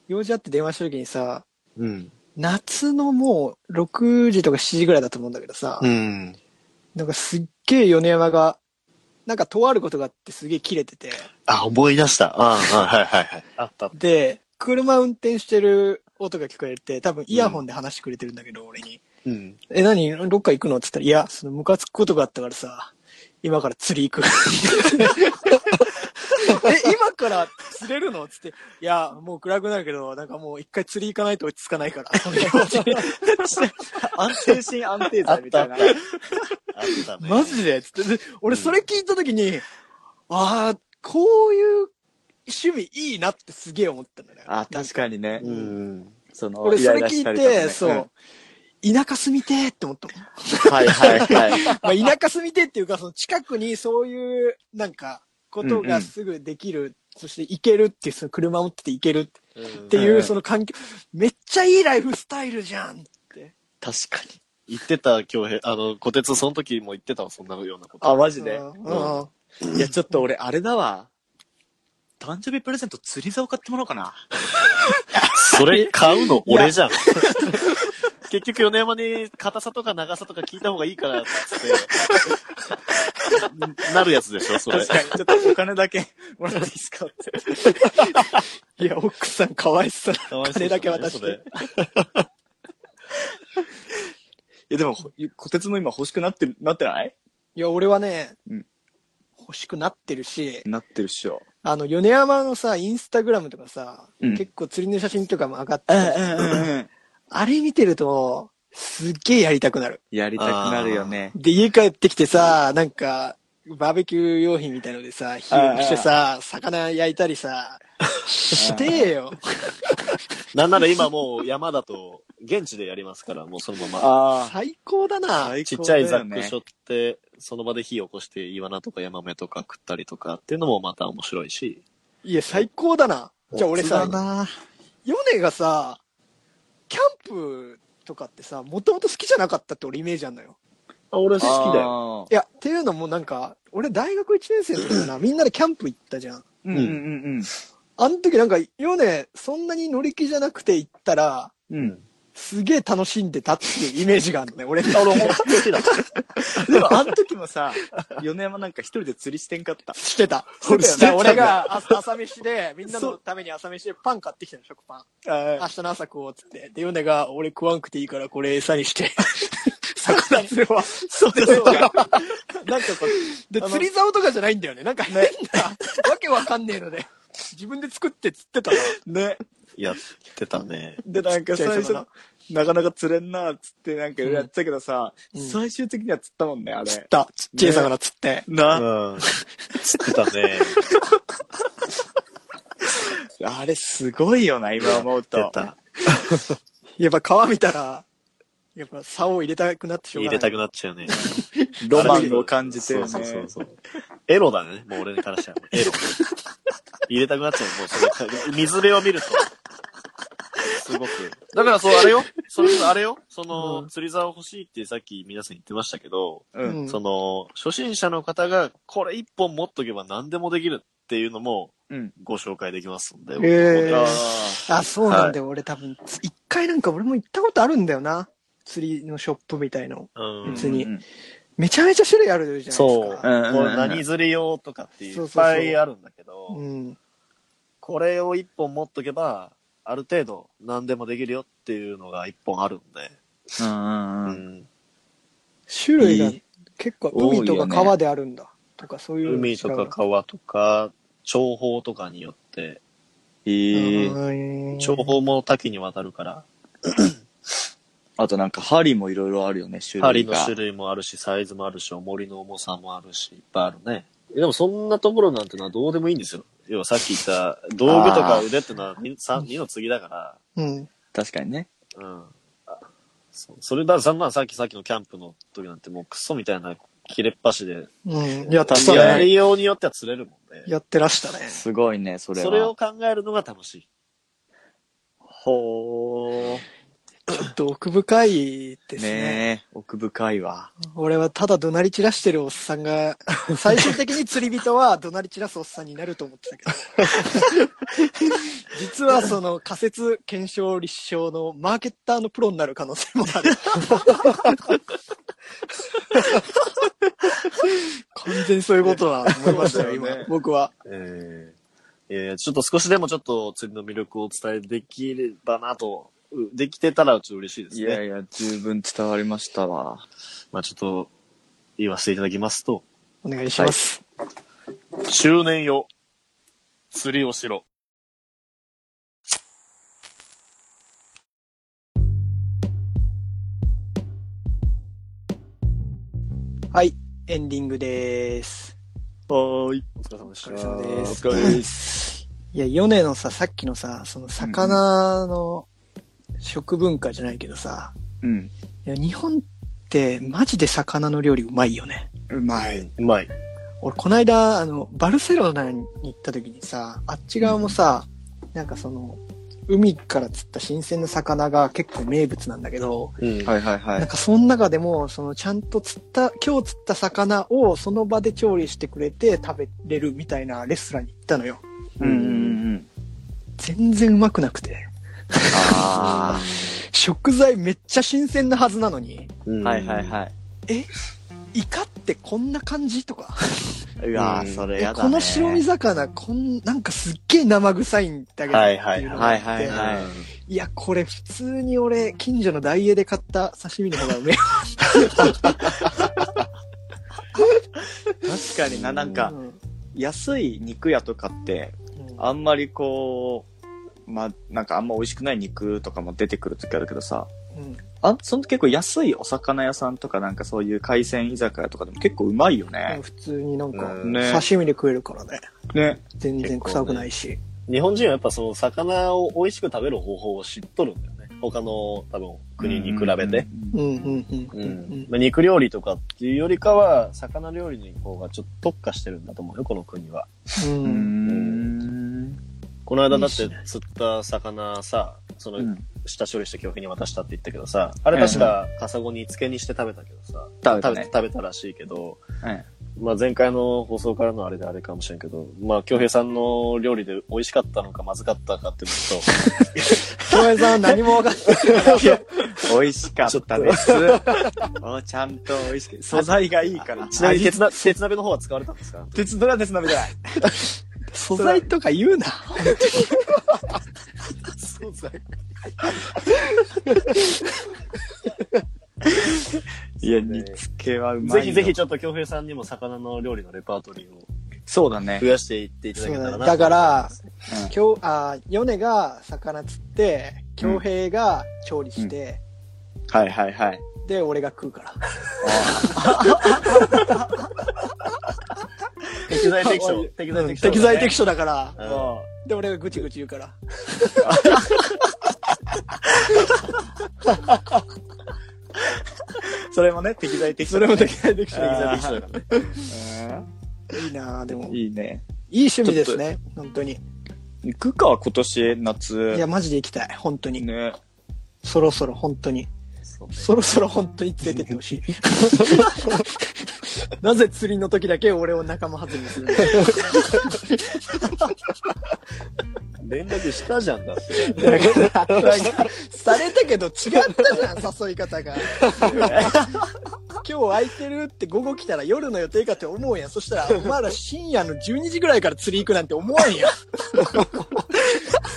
B: 用事あって電話した時にさ、
C: うん。
B: 夏のもう6時とか7時ぐらいだと思うんだけどさ、
C: うん。
B: なんかすっげえ米山が、なんかとあることがあってすげえ切れてて、
C: あ、思い出した。ああ、はいはいはい。あった。
B: で、車運転してる音が聞こえて、多分イヤホンで話してくれてるんだけど、俺に。
C: うん。
B: え、何どっか行くのって言ったら、いや、そのムカつくことがあったからさ、今から釣り行く。 え、今から釣れるのつって、いや、もう暗くなるけど、なんかもう一回釣り行かないと落ち着かないから。
D: 安定心安定剤みたいな。
C: あったね。
B: マジでつって、で俺それ聞いた時に、ああ、こういう趣味いいなってすげえ思ったんだね。
D: あ、確かにね。
C: うん。
D: その、
B: 俺
D: イ
B: それ
D: ライラ
B: 聞
D: した
B: い
D: りとか
B: て、
D: ね
B: そう。、田舎住みてーって思ったもん。
D: うんはいはいはい。
B: まあ、田舎住みてっていうか、その近くにそういう、なんか、ことがすぐできる、そして行けるっていう、その車持ってて行けるっ
C: ってて
B: い
D: うんう
B: う、
D: ん
B: その環境、めっちゃいいライフスタイルじゃんって。
D: 確かに。
C: 言ってた、京平。あの、小鉄、その時も言ってたわ、そんなようなこと。
D: あ、マジで。
B: うんうん
D: いや、ちょっと俺、あれだわ。誕生日プレゼント釣り竿買ってもらおうかな。
C: それ買うの俺じゃん。 結局、米山に硬さとか長さとか聞いた方がいいから、つって。なるやつでしょ、それ
D: 確。かに。ちょっとお金だけもらっていいですかって。
B: いや、奥さんかわいそうな。
C: かわいそう
B: 金だけ渡し
C: それ
B: て。
D: いや、でも、こてつも今欲しくなってる、なってない
B: いや、俺はね、
D: うん
B: 欲しくなってるし、
D: なってるっしょ。
B: あの、米山のさ、インスタグラムとかさ、
D: うん
B: 結構釣りの写真とかも上がって
D: う
B: る
D: んうんうん。
B: あれ見てると、すっげえやりたくなる。
D: やりたくなるよね。
B: で、家帰ってきてさ、なんか、バーベキュー用品みたいのでさ、火を起こしてさ、魚焼いたりさ、して よ。
C: なんなら今もう山だと、現地でやりますから、もうそのまま。
D: あ
B: 最高だな。
C: ちっちゃいザ
D: そ
C: ッ
D: うだ
C: ク
D: よね
C: しょって、その場で火起こして、イワナとかヤマメとか食ったりとかっていうのもまた面白いし。
B: いや、最高だな。じゃあ俺さ、
D: あ。
B: ヨネがさ、キャンプとかってさ、もともと好きじゃなかったって俺イメージあんのよ。
C: あ、俺好きだよ。
D: よ。
B: いや、っていうのもなんか、俺大学1年生の時かな、みんなでキャンプ行ったじゃん。
D: うんうん
B: あの時なんか、ヨネ、そんなに乗り気じゃなくて行ったら、
D: うん。うん。
B: すげえ楽しんでたっていうイメージがあるのね、俺。
C: あ俺本当に好きだ。
D: でも、あの時もさ、 米山なんか一人で釣りしてんかった。
B: してた。
D: 俺してたんだ
B: 俺が 朝朝飯で、みんな
D: そ
B: のために朝飯でパン買ってきたの、食パン。
D: あ
B: 明日の朝食おうっつって。で、ヨネが、俺食わんくていいからこれ餌に して。
D: 魚釣りは。そうだ そうだ。なんかこう、
B: で、
D: あの
B: 釣り竿とかじゃないんだよね。なんか変な、わけわかんねえので。自分で作って釣ってたな。
D: ね。
C: やってたね。
D: で、なんか最
B: ちっちゃい
D: 初
B: 魚、
D: なかなか釣れんな、つってなんかやってたけどさ、
B: うんうん
D: 最終的には釣ったもんね、あ
B: 釣っ
D: れ。
B: た。ちっちゃい魚釣って。
C: う
D: な、
C: ん。知ってたね。
D: あれすごいよな、今思う
C: 知って
D: と。
C: た。
B: やっぱ川見たら、やっぱ竿を入れたくなってしょう
C: 入
B: が
C: れ
B: な
C: た
B: い。
C: くなっちゃうね。
D: ロマンを感じてるね。
C: そうそうそうそう。エロだね。もう俺からしたら。エロ。入れたくなっちゃう。もうそれ、水辺を見ると。すごく。だからそう、あれよ。それ、あれよ。その、
B: うん
C: 釣り竿欲しいってさっき皆さん言ってましたけど、
D: う
B: う
D: ん
B: ん
C: その、初心者の方が、これ一本持っとけば何でもできるっていうのも
D: うん。
C: ご紹介できますんで。
B: へー
C: ここで
B: あ、そうなんだよ。俺多分、つ一回なんか俺も行ったことあるんだよな。釣りのショップみたいの。
C: うん。
B: 別に
D: うんうん
B: めちゃめちゃ種類あるじゃないですか。
C: そう。こ
D: うんうんうん
C: れ何釣り用とかってい
B: そうう
C: いっ
B: そうそう
C: ぱいあるんだけど、
B: うん。
C: これを一本持っとけば、ある程度何でもできるよっていうのが一本あるんで。
D: うんうん
C: う
D: うん。
C: ん。
B: 種類が
D: いい
B: 結構、
D: 多い
B: 海
D: よね
B: とか川であるんだ。とかそういうの違う。
C: 海とか川とか、長方とかによって、
D: ええ。
B: うん
C: 長方も多岐にわたるから、
D: あとなんか、針もいろいろあるよね、種
C: 針
D: 類
C: の
D: が。
C: 種類もあるし、サイズもあるし、重りの重さもあるし、いっぱいあるね。でもそんなところなんてのはどうでもいいんですよ。要はさっき言った、道具とか腕ってのは二三二の次だから、
B: うん。
D: 確かにね。
C: うん。そそれだ、そんなさっきさっきのキャンプの時なんてもうクソみたいな切れっ端で、
B: うん。やって
D: そうね
B: た
C: や
B: ね。
C: りようによっては釣れるもんね。
B: やってらしたね。
D: すごいね、それは。
C: それを考えるのが楽しい。
D: ほー。
B: ちょっと奥深いですね。
D: ねえ、奥深いわ。
B: 俺はただ怒鳴り散らしてるおっさん が、最終的に釣り人は怒鳴り散らすおっさんになると思ってたけど。 実はその仮説検証立証のマーケッターのプロになる可能性もある。完全にそういうことは思いましたよ、
C: そうだよね
B: 今。僕は。
C: ええいやいやちょっと少しでもちょっと釣りの魅力をお伝えできればなと、うできてたらちょっと嬉しいです
D: いや
C: ね。
D: いや、十分伝わりましたわ。
C: まあちょっと、言わせていただきますと、
B: お願いします。
C: 中年よ、釣りをしろ。
B: はい、エンディングです。
C: はーい。お疲れ様でした。
B: お疲れ様です
C: お疲れ様です。
B: いや、米のさ、さっきのさ、その魚の食文化じゃないけどさ、
D: うん。
B: いや日本ってマジで魚の料理うまいよね。
D: うま。
C: うまい。
B: 俺、こないだ、あの、バルセロナに行った時にさ、あっち側もさ、なんかその、海から釣った新鮮な魚が結構名物なんだけど、
C: うん。
D: はいはいは
B: なん
D: い。
B: かその中でも、そのちゃんと釣った、今日釣った魚をその場で調理してくれて食べれるみたいなレストランに行ったのよ。
D: うんうんうん。
B: 全然うまくなくて。
D: あ
B: 食材めっちゃ新鮮なはずなのに、
C: うん
D: あ。はいはいはい。
B: イカってこんな感じとか、
D: うわー、それやだね。
B: この白身魚、こん、なんかすっげえ生臭いんだけど
C: は
B: って
C: いはい
B: いうのがあ
D: は
B: っ
D: い
B: て、
D: はいはい。
B: いや、これ普通に俺、近所のダイエーで買った刺身の方がうめえ。
D: 確かにな、なん
B: う
D: か、
B: ん
D: 安い肉屋とかって、あんまりこう、まあ、なんかあんま美味しくない肉とかも出てくる時あるけどさ、
B: うん
D: あ、その結構安いお魚屋さんとかなんかそういう海鮮居酒屋とかでも結構うまいよね。
B: 普通になんか、
C: うん
D: ね。
B: 刺身で食えるからね。
D: ね。
B: 全然臭くないし。
C: 日本人はやっぱその魚を美味しく食べる方法を知っとるんだよね。他の多分国に比べて。
B: うんうんうん
C: う
B: うんんうん。
C: まあ、肉料理とかっていうよりかは、魚料理の方がちょっと特化してるんだと思うよ、この国は。
B: うん
D: うん。うん。
C: この間だって釣った魚さ、そうの
D: ん。
C: 下処理して教育に渡したって言ったけどさ、あれ確かカサゴに漬けにして食べたけどさ、
D: 食べた
C: 食べ
D: ね。
C: 食べたらしいけど、
D: はい
C: まあ、前回の放送からのあれであれかもしれんけど、まあ、京平さんの料理で美味しかったのかまずかったかっていうのと、
B: 京平さんは何もわかんない。
D: 美味しかったです。おちゃんと美味しく、素材が いいから。
C: ちなみに
D: 味
C: 鉄な鉄鍋の方は使われたんですか
D: 鉄のは鉄鍋じゃない。
B: 素材とか言うな。
C: そうですね。
D: いや、煮付けはうまい
C: ぜ
D: よ。
C: ひぜひちょっと京平さんにも魚の料理のレパートリーを
D: そうだね
C: 増。やしていっていただけたらな。
B: だから、
D: うん
B: 今日、あ、米が魚釣って、京平が調理して、
D: はいはいはい。
B: で、俺が食うから。
C: 適材適所。適材適所。
B: 適材適所だから。
C: うん
D: も
B: で、俺がぐちぐち言うから。
D: うそれもね、適材適所
B: それも適材適所
C: 適材適所だからね。
B: いいなぁ、でも。い
D: いいね。
B: い趣味ですね、本当に。い
D: 行くか、今年、夏。
B: や、マジで行きたい、本当に。
D: ね。
B: そろそろ本当に。
C: そう
B: そろそろ本当に連れてってほしい。 なぜ釣りの時だけ俺を仲間外れにするの
C: 連絡したじゃんだって。
B: されたけど違ったじゃん、誘い方が。今日空いてるって午後来たら夜の予定かって思うやん。そしたら、お前ら深夜の12時ぐらいから釣り行くなんて思わんやん。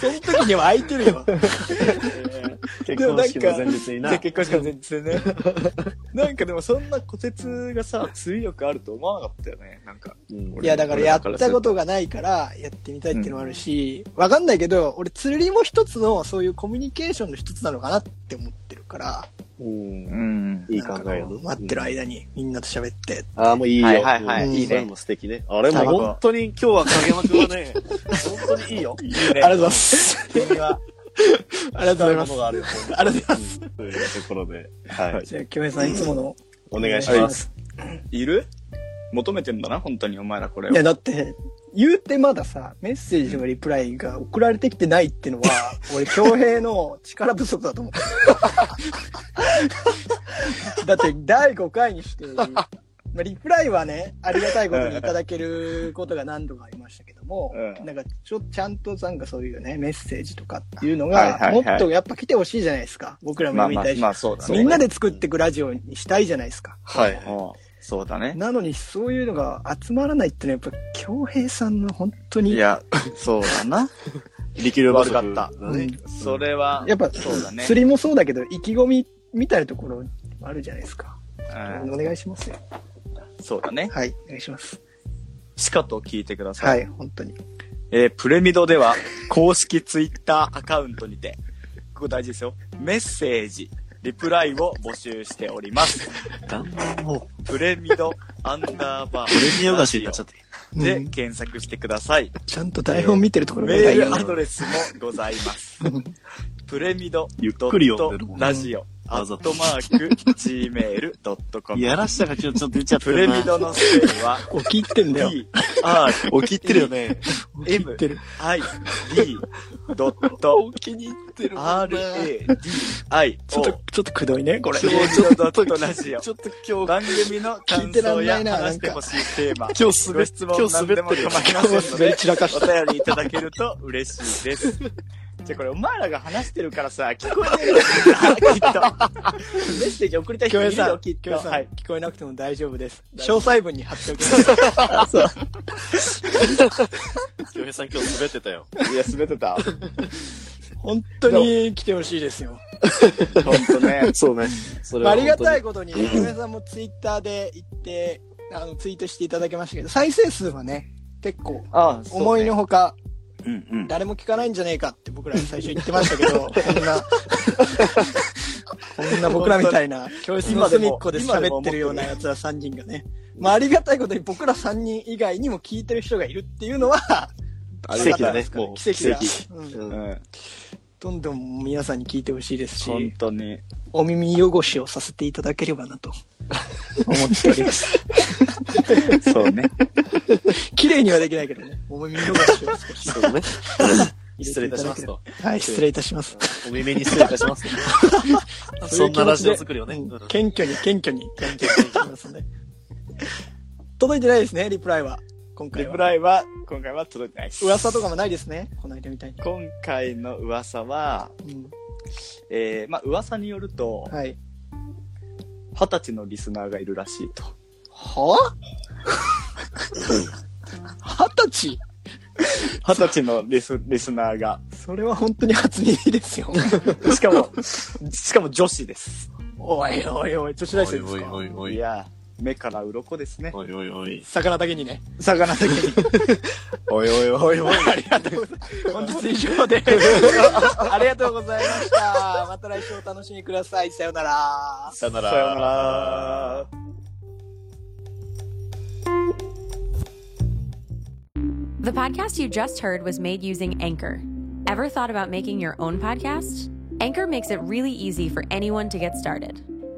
B: その時には空いてるよ。
C: 結婚式の前日にな。
D: 結婚式全然ね。なんかでもそんな小鉄がさ、追力あると思わなかったよね。なんか。
C: うん
B: いや、だからやったことがないから、やってみたいっていうのもあるし、わかんないけど、俺釣りも一つの、そういうコミュニケーションの一つなのかなって思ってるから、
C: うん
D: ん。
C: いい考
B: なんか
C: えだ
B: こ
C: ね
B: う待ってる間にみんなと喋って、
C: ああ、もういいよ。
D: はいはいはい
C: うん
B: いいね
C: それも素敵ね。あれも本当に今日は影山君はね、本当にいいよ。いいね。あ
B: あり
C: り
B: がとうござい ます。
C: 君は、
B: ありがとうございま
C: も
B: す
C: の。があるよ。
B: ありがとうございます。
C: うんというところで、はい。
B: じゃあ、キョメさんいつもの。
C: お願いします。
D: いる求めてんだな、本当にお前らこれを
B: いや、。だって、言うてまださ、メッセージのリプライが送られてきてないって のは、俺、恭平の力不足だと思 う。だって、第5回にして、まあ、リプライはね、ありがたいことにいただけることが何度かありましたけども、
D: うん
B: なんか、ちょ、ちゃんとなんかそういうね、メッセージとかっていうの
D: はいは
B: が、
D: いはい
B: もっとやっぱ来てほしいじゃないですか。僕らも
D: まあ
B: 読み
D: まあ
B: たいし、
D: まあそうだね。
B: みんなで作っていくラジオにしたいじゃないですか。
C: はい。
D: うんそうだね。
B: なのにそういうのが集まらないってのはやっぱ恭平さんの本当に
D: いや、そう だな。
C: 力量不足
D: 悪かった。
C: だね
D: それは、
B: やっぱ
D: そうだね
B: 釣りもそうだけど意気込みみたいなところあるじゃないですか。
D: うん
B: お願いしますよ。
D: そうだね。
B: はい、お願いします。
D: しかと聞いてください。
B: はい、本当に。
D: えープレミドでは、公式ツイッターアカウントにて、ここ大事ですよ。メッセージ、リプライを募集しております。
C: だんだんもう、
D: プレミドアンダーバー。
C: プレミアムだしになっちゃって。
B: う
D: で
B: ん
D: 検索してください。
B: ちゃんと台本見てるところが
D: メ
B: 偉い
D: ー
B: よ
D: ルアドレスもござい ます。プレミド
C: ゆっ
D: ド
C: くり読んで
D: ッ
C: る
D: ト
C: もんね
D: ラジオア
C: わざ
D: ッ
C: と
D: トマーク gmail.com
C: やらしたがちょっと言っちゃって
D: プ
C: る
D: レ
C: な
D: ミドのスペルは
B: 起きてんだよ。
D: p r
C: 起きってるよね。
B: 起きてる。
D: i d ドット
C: 起きに行ってる
D: r a d i
B: ちょっと、ちょっとくどいね、これ。
D: プレミドドットラジオ
C: ちょっと今日、
D: 番組の感想や話してほしいテーマ
C: 今日滑
D: ご
C: っ
D: 質
C: 今
D: 問
C: 日
D: 何
C: 滑
D: で
C: っ
D: も
C: て
D: 構
C: る
D: い
C: よ。
D: ま
B: 今
D: せ
B: 日滑り
D: んので
B: 散らかし
D: お
B: た。
D: 便り いただけると嬉しい です。じゃあこれお前らが話してるからさ、聞こえてるよ、きっと。メッセージ送りたい人
B: 恭
D: い
B: 平
D: る
B: さ
D: よ、
B: ん、
D: きっと。
B: 京平さん、
D: はい。
B: 聞こえなくても大丈夫です。詳細文に貼っておき ます。
C: 京平さん今日滑ってたよ。
D: いや、滑ってた。
B: 本当に来てほしいですよ。
D: ほんとね。
C: そうね。そ
B: まあありがたい
C: こ
B: ことに、井上さんもツイッターで言って、あの、ツイートしていただきましたけど、再生数はね、結構、
D: ああ、
B: 思いの。ほか、
D: うんうん。
B: 誰も聞かないんじゃねえかって僕ら最初言ってましたけど、こんな、こんな僕らみたいな、教室の隅っこで喋ってるような奴ら3人がね、まあありがたいことに僕ら3人以外にも聞いてる人がいるっていうのは、
C: と奇跡だね。
B: な
C: も
B: ん
C: う
B: か奇跡だ。うん
C: うん
D: うん。
B: どんどん皆さんに聞いてほしいです
D: ほん
B: し、
D: と に。
B: お耳汚しをさせていただければなと思っております。
D: そうね。
B: 綺麗にはできないけどね。お耳汚しを少し
C: そうね。
B: 入
C: 失
B: れて
C: 礼
B: い
C: い
B: ただければ
C: たしますと。
B: はい、失礼いたします。
C: お耳に失礼いたします。そんなラジオ作りをね。
B: うん
C: うん
B: 謙虚に、謙虚に、謙虚にいきます ね。届いてないですね、リプライは。今回
D: リ
B: は。
D: プライは、今回は届いてないです。
B: 噂とかもないですね、この間みたいに。
D: 今回の噂は、
B: うん
D: えー、まあ、噂によると、
B: はい。
D: 二十歳のリスナーがいるらしいと。
B: はぁ二十歳
D: 二十歳のリス、リスナーが。
B: それは本当に初耳です よ。
D: しかも、しかも女子です。
B: おいおいおい、女子大生ですか
C: おいお
D: い
C: い
D: や、目から鱗ですね。
C: おいおいおい。
B: 魚だけにね。
D: 魚だけに。 おいおいおい おい。
B: ありがとうございます。本日以上 で。ありがとうございました。また来週お楽しみください。さようなら。
C: さよな
D: さようなら。
E: The podcast you just heard was made using Anchor. Ever thought about making your own podcast? Anchor makes it really easy for anyone to get started.